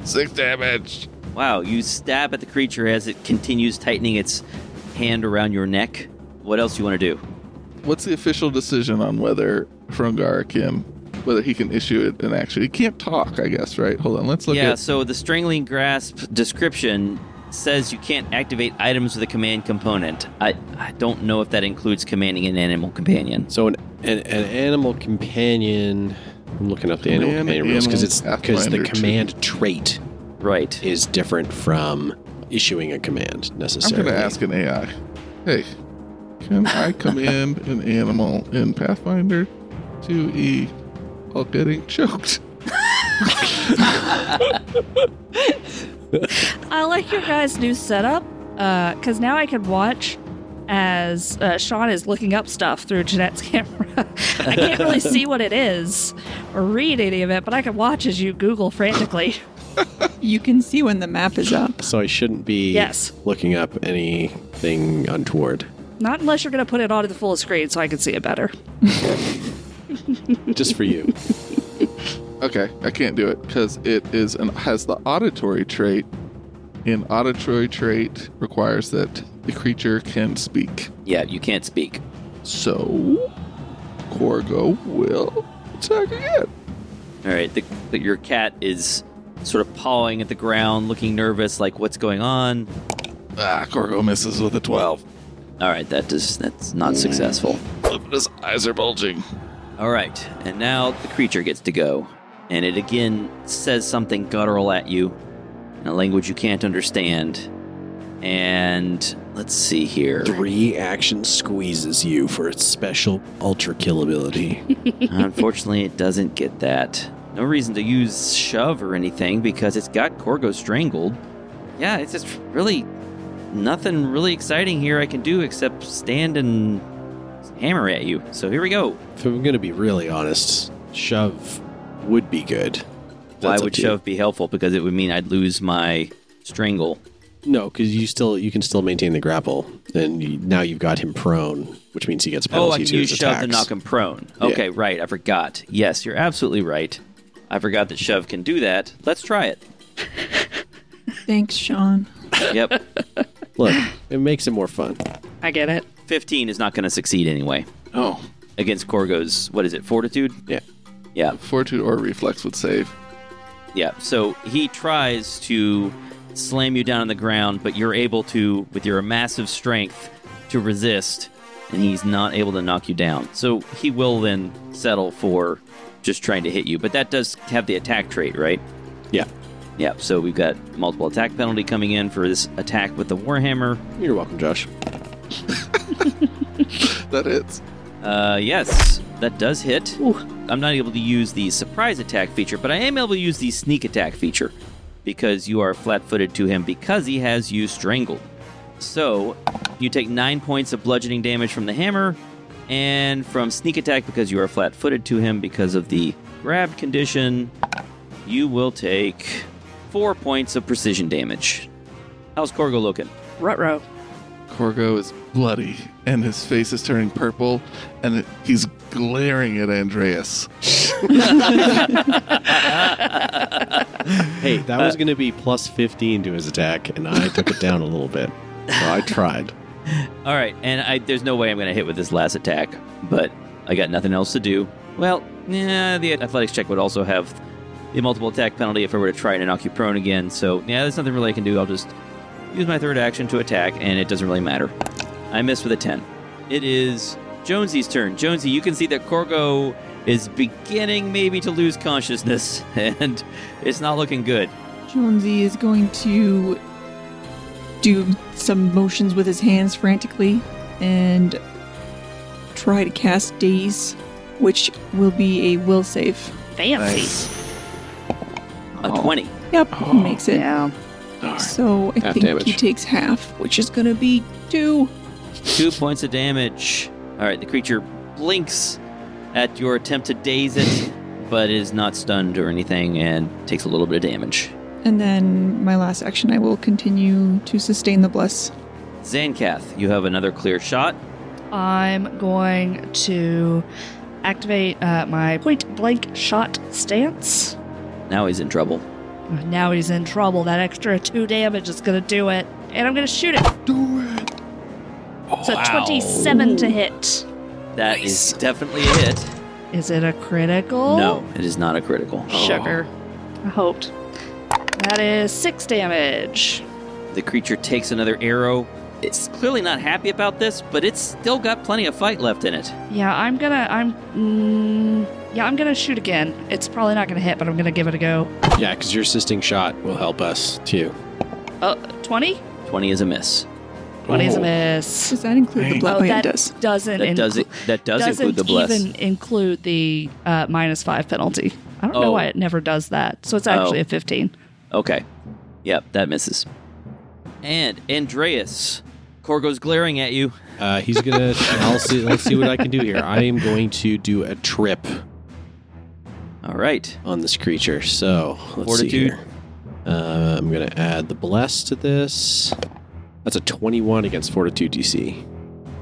Six damage.
wow, you stab at the creature as it continues tightening its hand around your neck. What else you want to do?
What's the official decision on whether Frungar can, whether he can issue it an action? He can't talk, I guess, right? Hold on, let's look
yeah,
at.
so the strangling grasp description says you can't activate items with a command component. I, I don't know if that includes commanding an animal companion.
So an, an an animal companion. I'm looking up the animal
Command
companion rules because
animal
it's because
Pathfinder
the
two.
command trait
Right.
is different from issuing a command
I'm
necessarily.
going to ask an AI. Hey, can I command an animal in Pathfinder 2E while getting choked?
I like your guys' new setup because now I can watch as uh, Sean is looking up stuff through Jeanette's camera. I can't really see what it is or read any of it, but I can watch as you Google frantically.
you can see when the map is up.
So I shouldn't be
Yes.
looking up anything untoward.
Not unless you're going to put it onto the full screen so I can see it better.
Just for you.
Okay, I can't do it because it is an has the auditory trait. And auditory trait requires that the creature can speak.
Yeah, you can't speak.
So, Corgo will attack again.
All right, the, the, your cat is sort of pawing at the ground, looking nervous, like what's going on.
Ah, Corgo misses with a 12.
All right, that does that's not successful.
His eyes are bulging.
All right, and now the creature gets to go, and it again says something guttural at you in a language you can't understand. And let's see here.
Three action squeezes you for its special ultra kill ability.
Unfortunately, it doesn't get that. No reason to use shove or anything because it's got Corgo strangled. Yeah, it's just really nothing really exciting here I can do except stand and hammer at you. So here we go.
if I'm going to be really honest, shove would be good.
Why
That's up
would
to you.
shove be helpful? Because it would mean I'd lose my strangle.
No, because you still you can still maintain the grapple, and you, now you've got him prone, which means he gets a
Oh,
penalty
I can
to
use
his
shove
attacks.
to knock him prone.
Yeah.
Okay, right. I forgot. Yes, you're absolutely right. I forgot that shove can do that. Let's try it.
Thanks, Sean.
Yep.
Look, it makes it more fun.
I get it.
15 is not going to succeed anyway
Oh,
against Corgo's, what is it, fortitude?
Yeah.
Yeah.
fortitude or reflex would save.
Yeah, so he tries to slam you down on the ground, but you're able to, with your massive strength, to resist, and he's not able to knock you down. So he will then settle for just trying to hit you, but that does have the attack trait, right?
Yeah,
Yeah, so we've got multiple attack penalty coming in for this attack with the Warhammer.
you're welcome, Josh.
That hits.
Uh, yes, that does hit. I'm not able to use the surprise attack feature, but I am able to use the sneak attack feature because you are flat footed to him because he has you strangled. So you take nine points of bludgeoning damage from the hammer and from sneak attack because you are flat footed to him because of the grabbed condition. You will take four points of precision damage. How's Corgo looking?
Rutro.
Corgo is bloody, and his face is turning purple, and it, he's glaring at Andreas.
Hey, that was
uh,
going to be plus 15 to his attack, and I took it down a little bit. So I tried.
All right, and I, there's no way I'm going to hit with this last attack, but I got nothing else to do. Well, yeah, the athletics check would also have the multiple attack penalty if I were to try to knock you prone again. So yeah, there's nothing really I can do. I'll just use my third action to attack, and it doesn't really matter. I miss with a ten. It is Jonesy's turn. Jonesy, you can see that Corgo is beginning maybe to lose consciousness, and it's not looking good.
Jonesy is going to do some motions with his hands frantically and try to cast Daze, which will be a will save.
Fancy.
A twenty.
Yep, he makes it.
Yeah.
So I
Oh. Half
think
damage.
he takes half, which is going to be two.
Two points of damage. All right, the creature blinks at your attempt to daze it, but is not stunned or anything and takes a little bit of damage.
And then my last action, I will continue to sustain the bless.
Zancath, you have another clear shot.
I'm going to activate uh, my point blank shot stance.
Now he's in trouble.
Now he's in trouble. That extra two damage is going to do it. And I'm going to shoot it. Do it. It's a 27 to hit.
That is definitely a hit.
Is it a critical?
No, it is not a critical.
Sugar. I hoped. That is six damage.
The creature takes another arrow. It's clearly not happy about this, but it's still got plenty of fight left in it.
Yeah, I'm gonna. I'm. Mm, yeah, I'm gonna shoot again. It's probably not gonna hit, but I'm gonna give it a go.
Yeah, because your assisting shot will help us too.
Uh, 20?
20 is a miss.
20 is a miss.
Does that include the blood?
Oh,
Oh, yeah,
that
it does.
doesn't.
That does it. That does
not
include the bless.
even include the uh, minus five penalty. I don't know
Oh.
why it never does that. So it's actually
Oh.
a 15.
Okay. Yep, that misses. And Andreas, Corgo's glaring at you.
Uh, he's gonna. I'll see. Let's see what I can do here. I am going to do a trip
All right.
on this creature. So let's see
Fortitude.
here. Uh, I'm gonna add the bless to this. That's a 21 against Fortitude DC.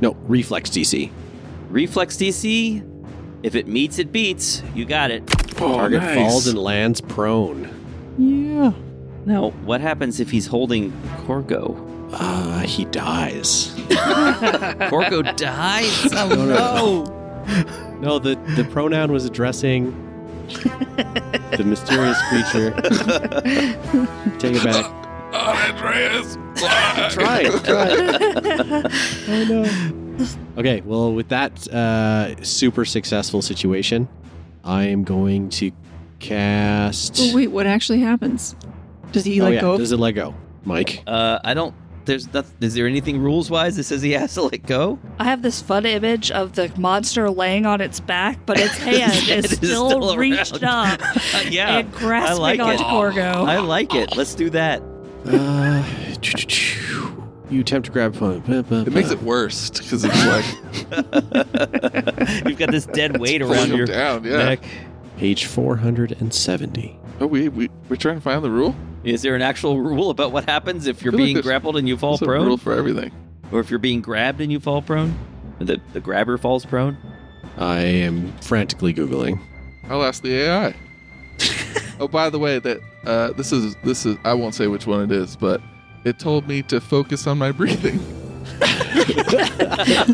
No, Reflex DC.
Reflex DC. If it meets, it beats. You got it.
Oh,
Target
nice.
falls and lands prone.
Yeah.
Now, what happens if he's holding Corgo?
Uh, he dies.
Corgo dies? Oh,
no,
no.
No, the the pronoun was addressing. the mysterious creature. Take it back.
Andreas!
Try it. Try it. oh no. Okay, well, with that uh, super successful situation, I am going to cast.
Oh, wait, what actually happens? Does he
Oh,
like
yeah.
go?
Does it let go, Mike?
Uh, I don't. There's that. Is there anything rules wise that says he has to let go?
I have this fun image of the monster laying on its back, but its hand
It
is
is
still,
still
reached
around.
up
Uh, yeah,
and grasping
like it.
onto Corgo.
I like it. Let's do that.
Uh, you attempt to grab phone.
It makes it worse because it's like
You've got this dead weight
pulling
around
him
your
down. Yeah.
neck.
Page 470.
Oh, we, we we're trying to find the rule.
Is there an actual rule about what happens if you're
Feel like
being
there's-
grappled and you fall
There's a
prone,
rule for everything.
or if you're being grabbed and you fall prone? The the grabber falls prone.
I am frantically Googling.
I'll ask the AI. oh, by the way, that uh, this is this is I won't say which one it is, but it told me to focus on my breathing.
That's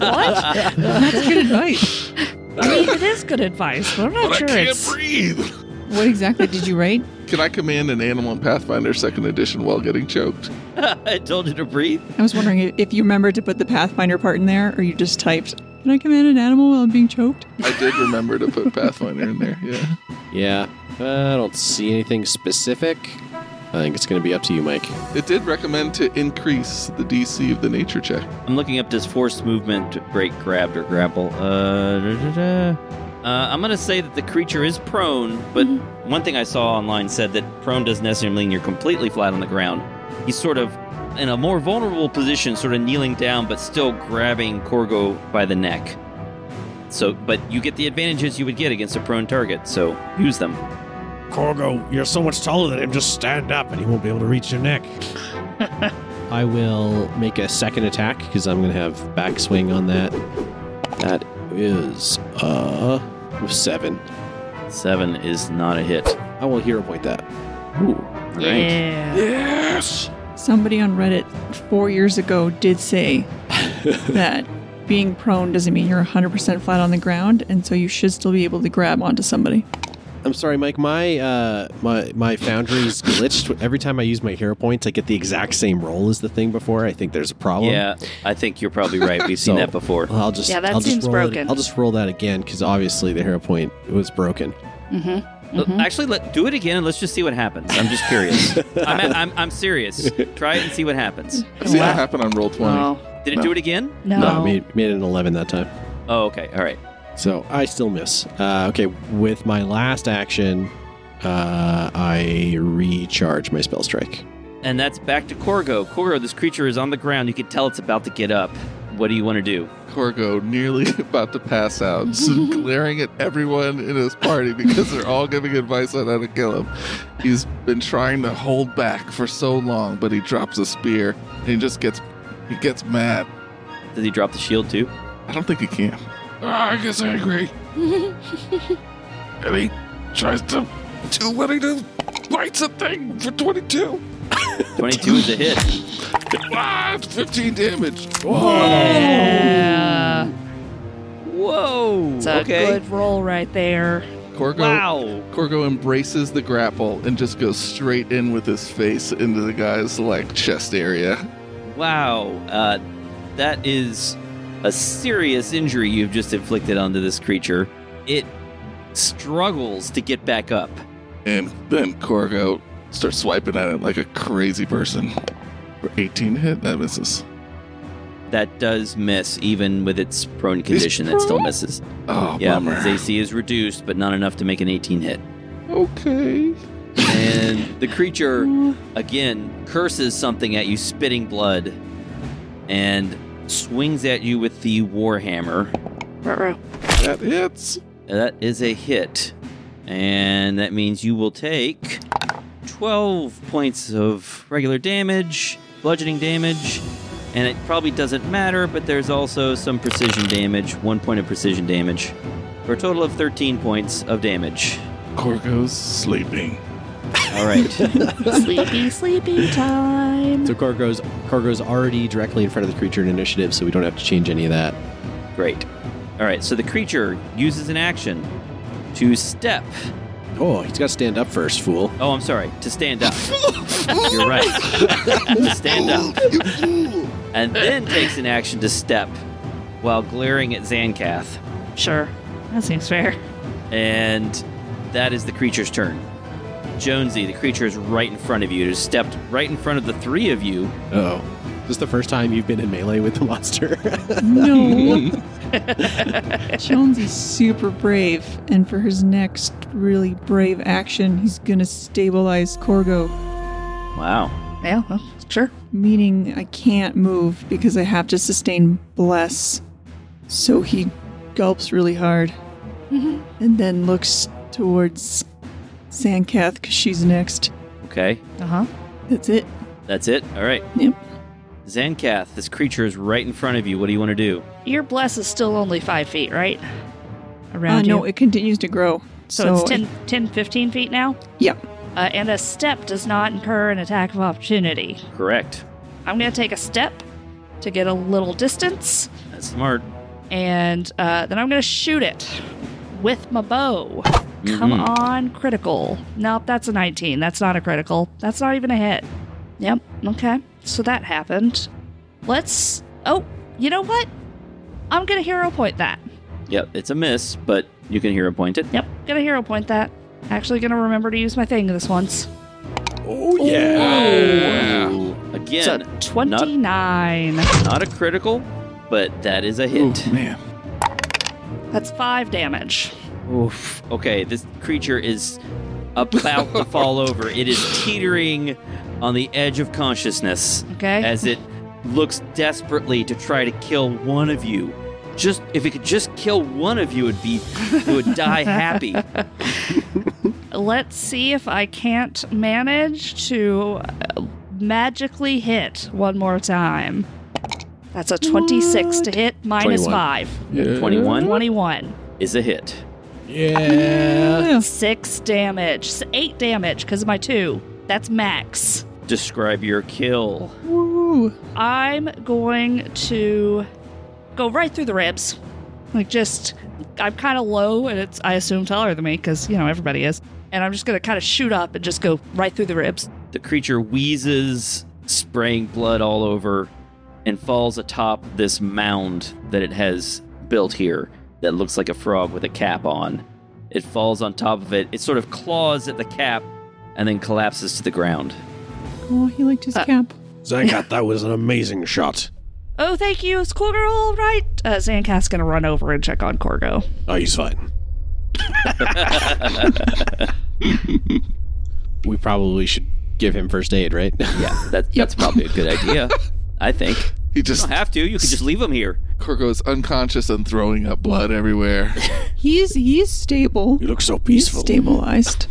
good advice.
I mean, it is good advice, but I'm not sure it's.
breathe.
What exactly did you write?
Can I command an animal in Pathfinder Second Edition while getting choked?
I told you to breathe.
I was wondering if- if you remembered to put the Pathfinder part in there, or you just typed, "Can I command an animal while I'm being choked?"
I did remember to put Pathfinder in there. Yeah.
Yeah, I don't see anything specific. I think it's going to be up to you, Mike.
It did recommend to increase the DC of the nature check.
I'm looking up this forced movement, break, grabbed, or grapple. Uh, da, da, da. Uh, I'm gonna say that the creature is prone, but one thing I saw online said that prone doesn't necessarily mean you're completely flat on the ground. He's sort of in a more vulnerable position, sort of kneeling down, but still grabbing Corgo by the neck. So, but you get the advantages you would get against a prone target, so use them.
Corgo, you're so much taller than him. Just stand up, and he won't be able to reach your neck.
I will make a second attack because I'm going to have backswing on that. That is uh seven.
Seven is not a hit.
I will hero point that.
Ooh,
Yeah.
Somebody on Reddit four years ago did say that being prone doesn't mean you're 100% flat on the ground, and so you should still be able to grab onto somebody.
I'm sorry, Mike. My uh my my foundry's glitched. Every time I use my hero points, I get the exact same roll as the thing before. I think there's a problem.
Yeah, I think you're probably right. We've seen
So- uh,
that before.
Well, I'll just
Yeah, that
I'll
seems
just roll
broken.
It, I'll just roll that again because obviously the hero point was broken.
Uh,
Mm-hmm.
Actually, let do it again and let's just see what happens. I'm just curious. I'm, I'm, I'm serious. Try it and see what happens.
I see that happen on roll twenty.
Did it do it again?
No.
No, I made, made it an eleven that time.
Oh, okay. All right.
So I still miss. Uh, okay, with my last action, uh, I recharge my spell strike.
And that's back to Corgo. Corgo, this creature is on the ground. You can tell it's about to get up. What do you want to do?
Corgo nearly about to pass out, so glaring at everyone in his party because they're all giving advice on how to kill him. He's been trying to hold back for so long, but he drops a spear and he just gets he gets mad.
Does he drop the shield too?
I don't think he can. Ah, I guess I agree. and he tries to do what he does. Bites a thing for 22.
22 is a hit.
Ah, it's 15 damage.
Yeah.
Whoa.
It's a
okay.
good roll right there.
Corgo
Wow.
Corgo embraces the grapple and just goes straight in with his face into the guy's like chest area.
Wow. Uh, that is a serious injury you've just inflicted onto this creature. It struggles to get back up.
And then Corgo starts swiping at it like a crazy person. For 18 hit, that misses.
That does miss, even with its prone condition. That still misses.
Oh,
yeah,
bummer.
its AC is reduced, but not enough to make an 18 hit.
Okay.
And the creature, again, curses something at you, spitting blood, and swings at you with the warhammer.
That hits.
That is a hit. And that means you will take 12 points of regular damage, bludgeoning damage, and it probably doesn't matter, but there's also some precision damage, one point of precision damage, for a total of 13 points of damage.
Corgo's sleeping.
All right.
Sleepy, sleepy time.
So Corgo's Corgo's already directly in front of the creature in initiative, so we don't have to change any of that.
Great. All right, so the creature uses an action to step
Oh, he's got to stand up first, fool.
Oh, I'm sorry. To stand up. You're right. to stand up. And then takes an action to step while glaring at Zancath.
Sure. That seems fair.
And that is the creature's turn. Jonesy, the creature is right in front of you. It has stepped right in front of the three of you.
Oh, is this the first time you've been in melee with the monster?
No. Jonesy's super brave, and for his next really brave action, he's gonna stabilize Corgo,
Wow.
Yeah, well, sure.
meaning I can't move because I have to sustain bless. So he gulps really hard,
Mm-hmm.
and then looks towards Sankath because she's next.
Okay.
Uh huh.
That's it.
That's it. All right.
Yep. Uh,
Zancath, this creature is right in front of you. What do you want to do?
Your bless is still only five feet, right? Around
Uh,
you.
no, it continues to grow.
so, it's 10, 10, 15 feet now.
Yeah.
Uh, and a step does not incur an attack of opportunity.
Correct.
I'm going to take a step to get a little distance,
That's smart.
and uh, then I'm going to shoot it with my bow. Come
Mhm.
on, critical. Nope, that's a 19. That's not a critical. That's not even a hit. Yep, okay. So that happened. Let's. Oh, you know what? I'm going to hero point that.
Yep, it's a miss, but you can hero point it.
Yep, gonna hero point that. Actually, gonna remember to use my thing this once.
Oh, yeah.
Ooh. Again,
So twenty-nine.
not a critical, but that is a hit.
Ooh, man.
That's five damage.
Oof. Okay, this creature is about to fall over. It is teetering on the edge of consciousness
Okay.
as it looks desperately to try to kill one of you. Just if it could just kill one of you, it'd be it would die happy.
Let's see if I can't manage to uh, magically hit one more time. That's a twenty-six to hit minus
21.
five.
Twenty-one
Twenty-one.
is a hit.
yeah.
Six damage. S- Eight damage because of my two. That's max.
Describe your kill.
Woo.
I'm going to go right through the ribs. Like, just, I'm kind of low, and it's, I assume, taller than me, because, you know, everybody is. And I'm just going to kind of shoot up and just go right through the ribs.
The creature wheezes, spraying blood all over, and falls atop this mound that it has built here that looks like a frog with a cap on. It falls on top of it. It sort of claws at the cap and then collapses to the ground.
Oh, he liked
Uh,
his cap.
Zangat, that was an amazing shot.
Oh, thank you, Squirrel. All right. Uh, Zancat's going to run over and check on Corgo.
Oh, he's fine.
We probably should give him first aid, right?
Yeah, that, that's probably a good idea, I think. You
He just
don't have to. You could just leave him here.
Corgo is unconscious and throwing up blood everywhere.
He's he's stable.
You look so
He's
peaceful.
stabilized.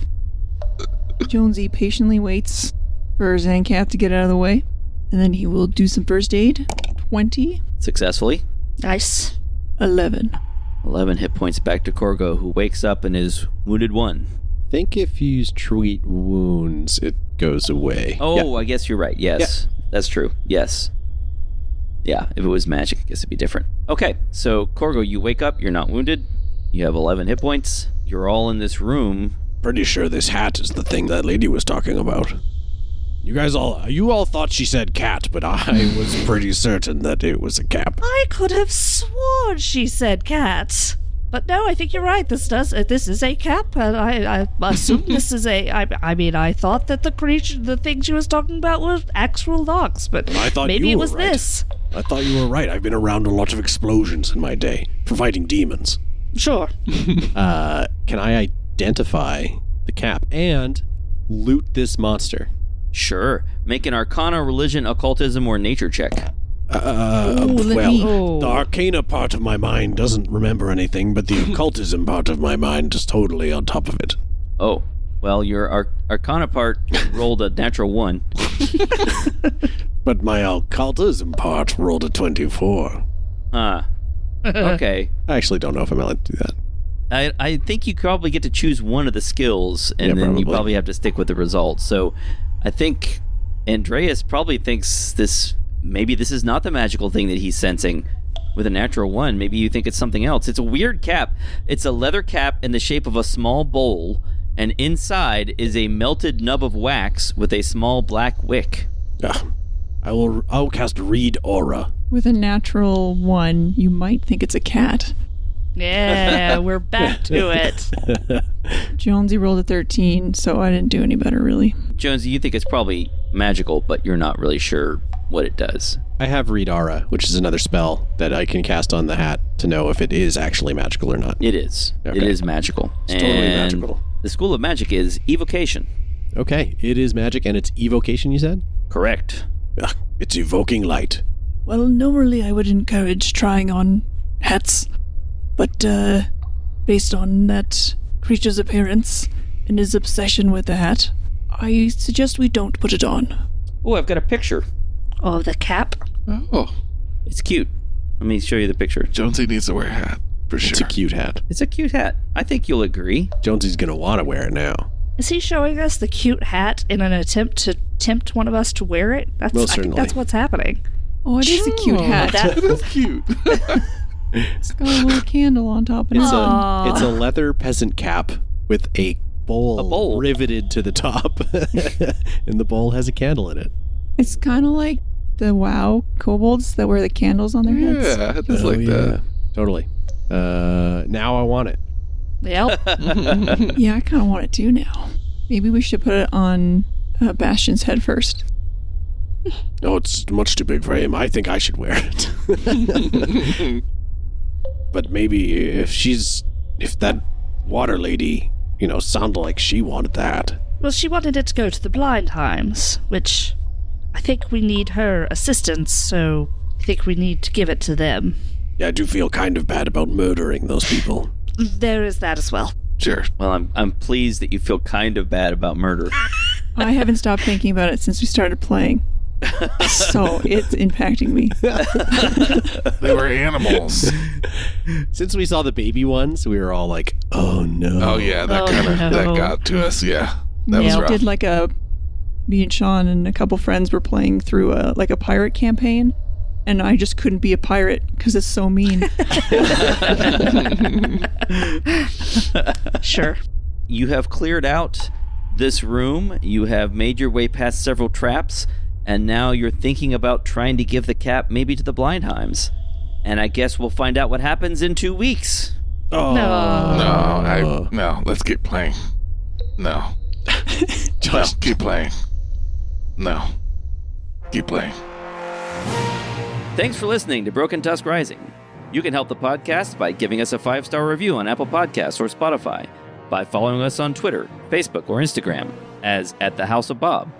Jonesy patiently waits for Zancath to get out of the way, and then he will do some first aid. 20,
Successfully.
Nice.
11.
11 hit points back to Corgo, who wakes up and is wounded one.
think if you treat wounds, it goes away.
Oh, I guess you're right. Yes. That's true. Yes. Yeah, if it was magic, I guess it'd be different. Okay, so Corgo, you wake up, you're not wounded, you have 11 hit points, you're all in this room.
Pretty sure this hat is the thing that lady was talking about. You guys all, you all thought she said cat, but I was pretty certain that it was a cap.
I could have sworn she said cats. But no, I think you're right. This does. Uh, this is a cap, and I, I assume this is a. I, I mean, I thought that the creature, the thing she was talking about, was actual dogs, but
I thought
maybe
you
it
were
was
right.
this.
I thought you were right. I've been around a lot of explosions in my day, for fighting demons.
Sure.
Uh, can I identify the cap and loot this monster?
Sure. Make an arcana, religion, occultism, or nature check.
Uh,
let
well,
me- Oh.
the arcana part of my mind doesn't remember anything, but the occultism part of my mind is totally on top of it.
Oh, well, your ar- arcana part rolled a natural one.
But my occultism part rolled a 24.
Huh. Okay.
I actually don't know if I'm allowed to do that.
I, I think you probably get to choose one of the skills, and
Yeah,
then you
probably.
probably have to stick with the result. So, I think Andreas probably thinks this. Maybe this is not the magical thing that he's sensing. With a natural one, maybe you think it's something else. It's a weird cap. It's a leather cap in the shape of a small bowl, and inside is a melted nub of wax with a small black wick.
Ah, I will. I will cast Read Aura.
With a natural one, you might think it's a cat.
Yeah, we're back to it.
Jonesy rolled a 13, so I didn't do any better, really.
Jonesy, you think it's probably magical, but you're not really sure what it does.
I have Read Aura, which is another spell that I can cast on the hat to know if it is actually magical or not.
It is. It
Okay.
is magical. It's
totally magical.
The school of magic is evocation.
Okay, it is magic and it's evocation, you said?
Correct.
Ah, it's evoking light.
Well, normally I would encourage trying on hats, but uh, based on that creature's appearance and his obsession with the hat, I suggest we don't put it on.
Oh, I've got a picture.
Oh, the cap.
Oh,
It's cute. Let me show you the picture.
Jonesy needs to wear a hat for
It's a
sure.
cute hat.
It's a cute hat. I think you'll agree.
Jonesy's gonna wanna wear it now.
Is he showing us the cute hat in an attempt to tempt one of us to wear it? That's
Most
I think that's
certainly.
what's happening.
Oh, it is a cute hat.
It is cute.
It's got a little candle on top of
It's
it.
a, it's a leather peasant cap with a bowl,
A bowl.
riveted to the top. and the bowl has a candle in it.
It's kind of like the WoW kobolds that wear the candles on their heads.
yeah, it is like that.
Oh, Totally. Uh, now I want it.
Yep.
Yeah, I kind of want it too now. Maybe we should put it on uh, Bastion's head first.
No, Oh, it's much too big for him. I think I should wear it. but maybe if she's, if that water lady, you know, sounded like she wanted that.
well, she wanted it to go to the Blindheims, which I think we need her assistance, so I think we need to give it to them.
Yeah, I do feel kind of bad about murdering those people.
There is that as well.
Sure.
Well, I'm I'm pleased that you feel kind of bad about murder.
I haven't stopped thinking about it since we started playing. so it's impacting me.
They were animals.
Since we saw the baby ones, we were all like, oh no.
Oh yeah, that
Oh,
kind of
no.
that got to us. Yeah, that was
we
rough.
did like a me and Sean and a couple friends were playing through a like a pirate campaign, and I just couldn't be a pirate because it's so mean.
Sure.
you have cleared out this room. You have made your way past several traps, and now you're thinking about trying to give the cap maybe to the Blindheims. And I guess we'll find out what happens in two weeks.
no.
no, I no. Let's keep playing. No, just keep playing. No, keep playing.
Thanks for listening to Broken Tusk Rising. You can help the podcast by giving us a five star review on Apple Podcasts or Spotify, by following us on Twitter, Facebook, or Instagram as at the House of Bob,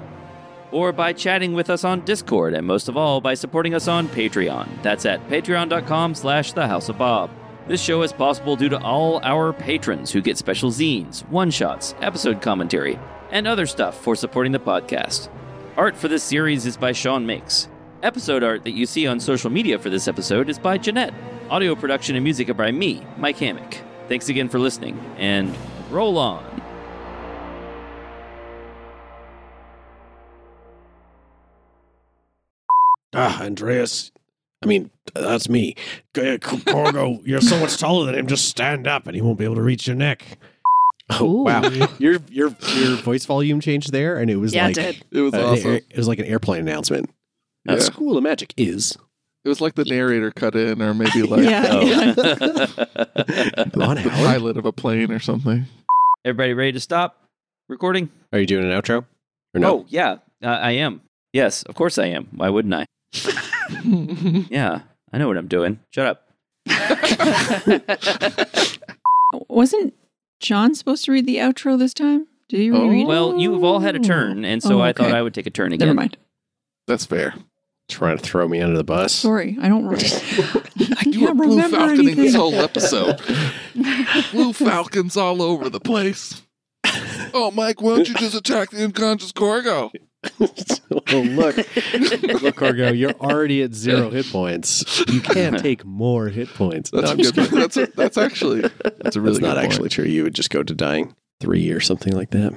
or by chatting with us on Discord, and most of all, by supporting us on Patreon. That's at patreon.com slash the House of Bob. This show is possible due to all our patrons who get special zines, one shots, episode commentary, and other stuff for supporting the podcast. Art for this series is by Sean Makes. Episode art that you see on social media for this episode is by Jeanette. Audio production and music are by me, Mike Hammock. Thanks again for listening, and roll on.
Ah, Andreas. I mean, that's me. G- c-
Corgo, you're so much taller than him. Just stand up, and he won't be able to reach your neck.
Oh, wow. your, your, your voice volume changed there, and it was
Yeah, it
like.
did.
It was
an
awesome.
air- Uh, it was like an airplane announcement. Uh,
Yeah.
School of Magic is
It was like the narrator cut in, or maybe like
yeah, yeah.
Ron
the
Howard.
pilot of a plane or something.
Everybody ready to stop recording?
Are you doing an outro? Or no?
Oh, yeah, uh, I am. Yes, of course I am. Why wouldn't I? yeah, I know what I'm doing. Shut up.
Wasn't John supposed to read the outro this time? Did he
Oh,
reread? it?
Well, you've all had a turn, and so
Oh,
I thought
okay.
I would take a turn again.
Never mind.
That's fair.
Trying to throw me under the bus.
Sorry, I don't. Re- I
You were
can't
blue
remember
falconing
anything.
this whole episode. blue falcons all over the place. Oh, Mike, why don't you just attack the unconscious Corgo?
well, Oh, look, look, Cargo, you're already at zero hit points. You can't take more hit points.
That's
No,
a
I'm
good.
just
One.
kidding.
That's a, that's actually that's a really
That's not
good point.
actually true. You would just go to dying three or something like that.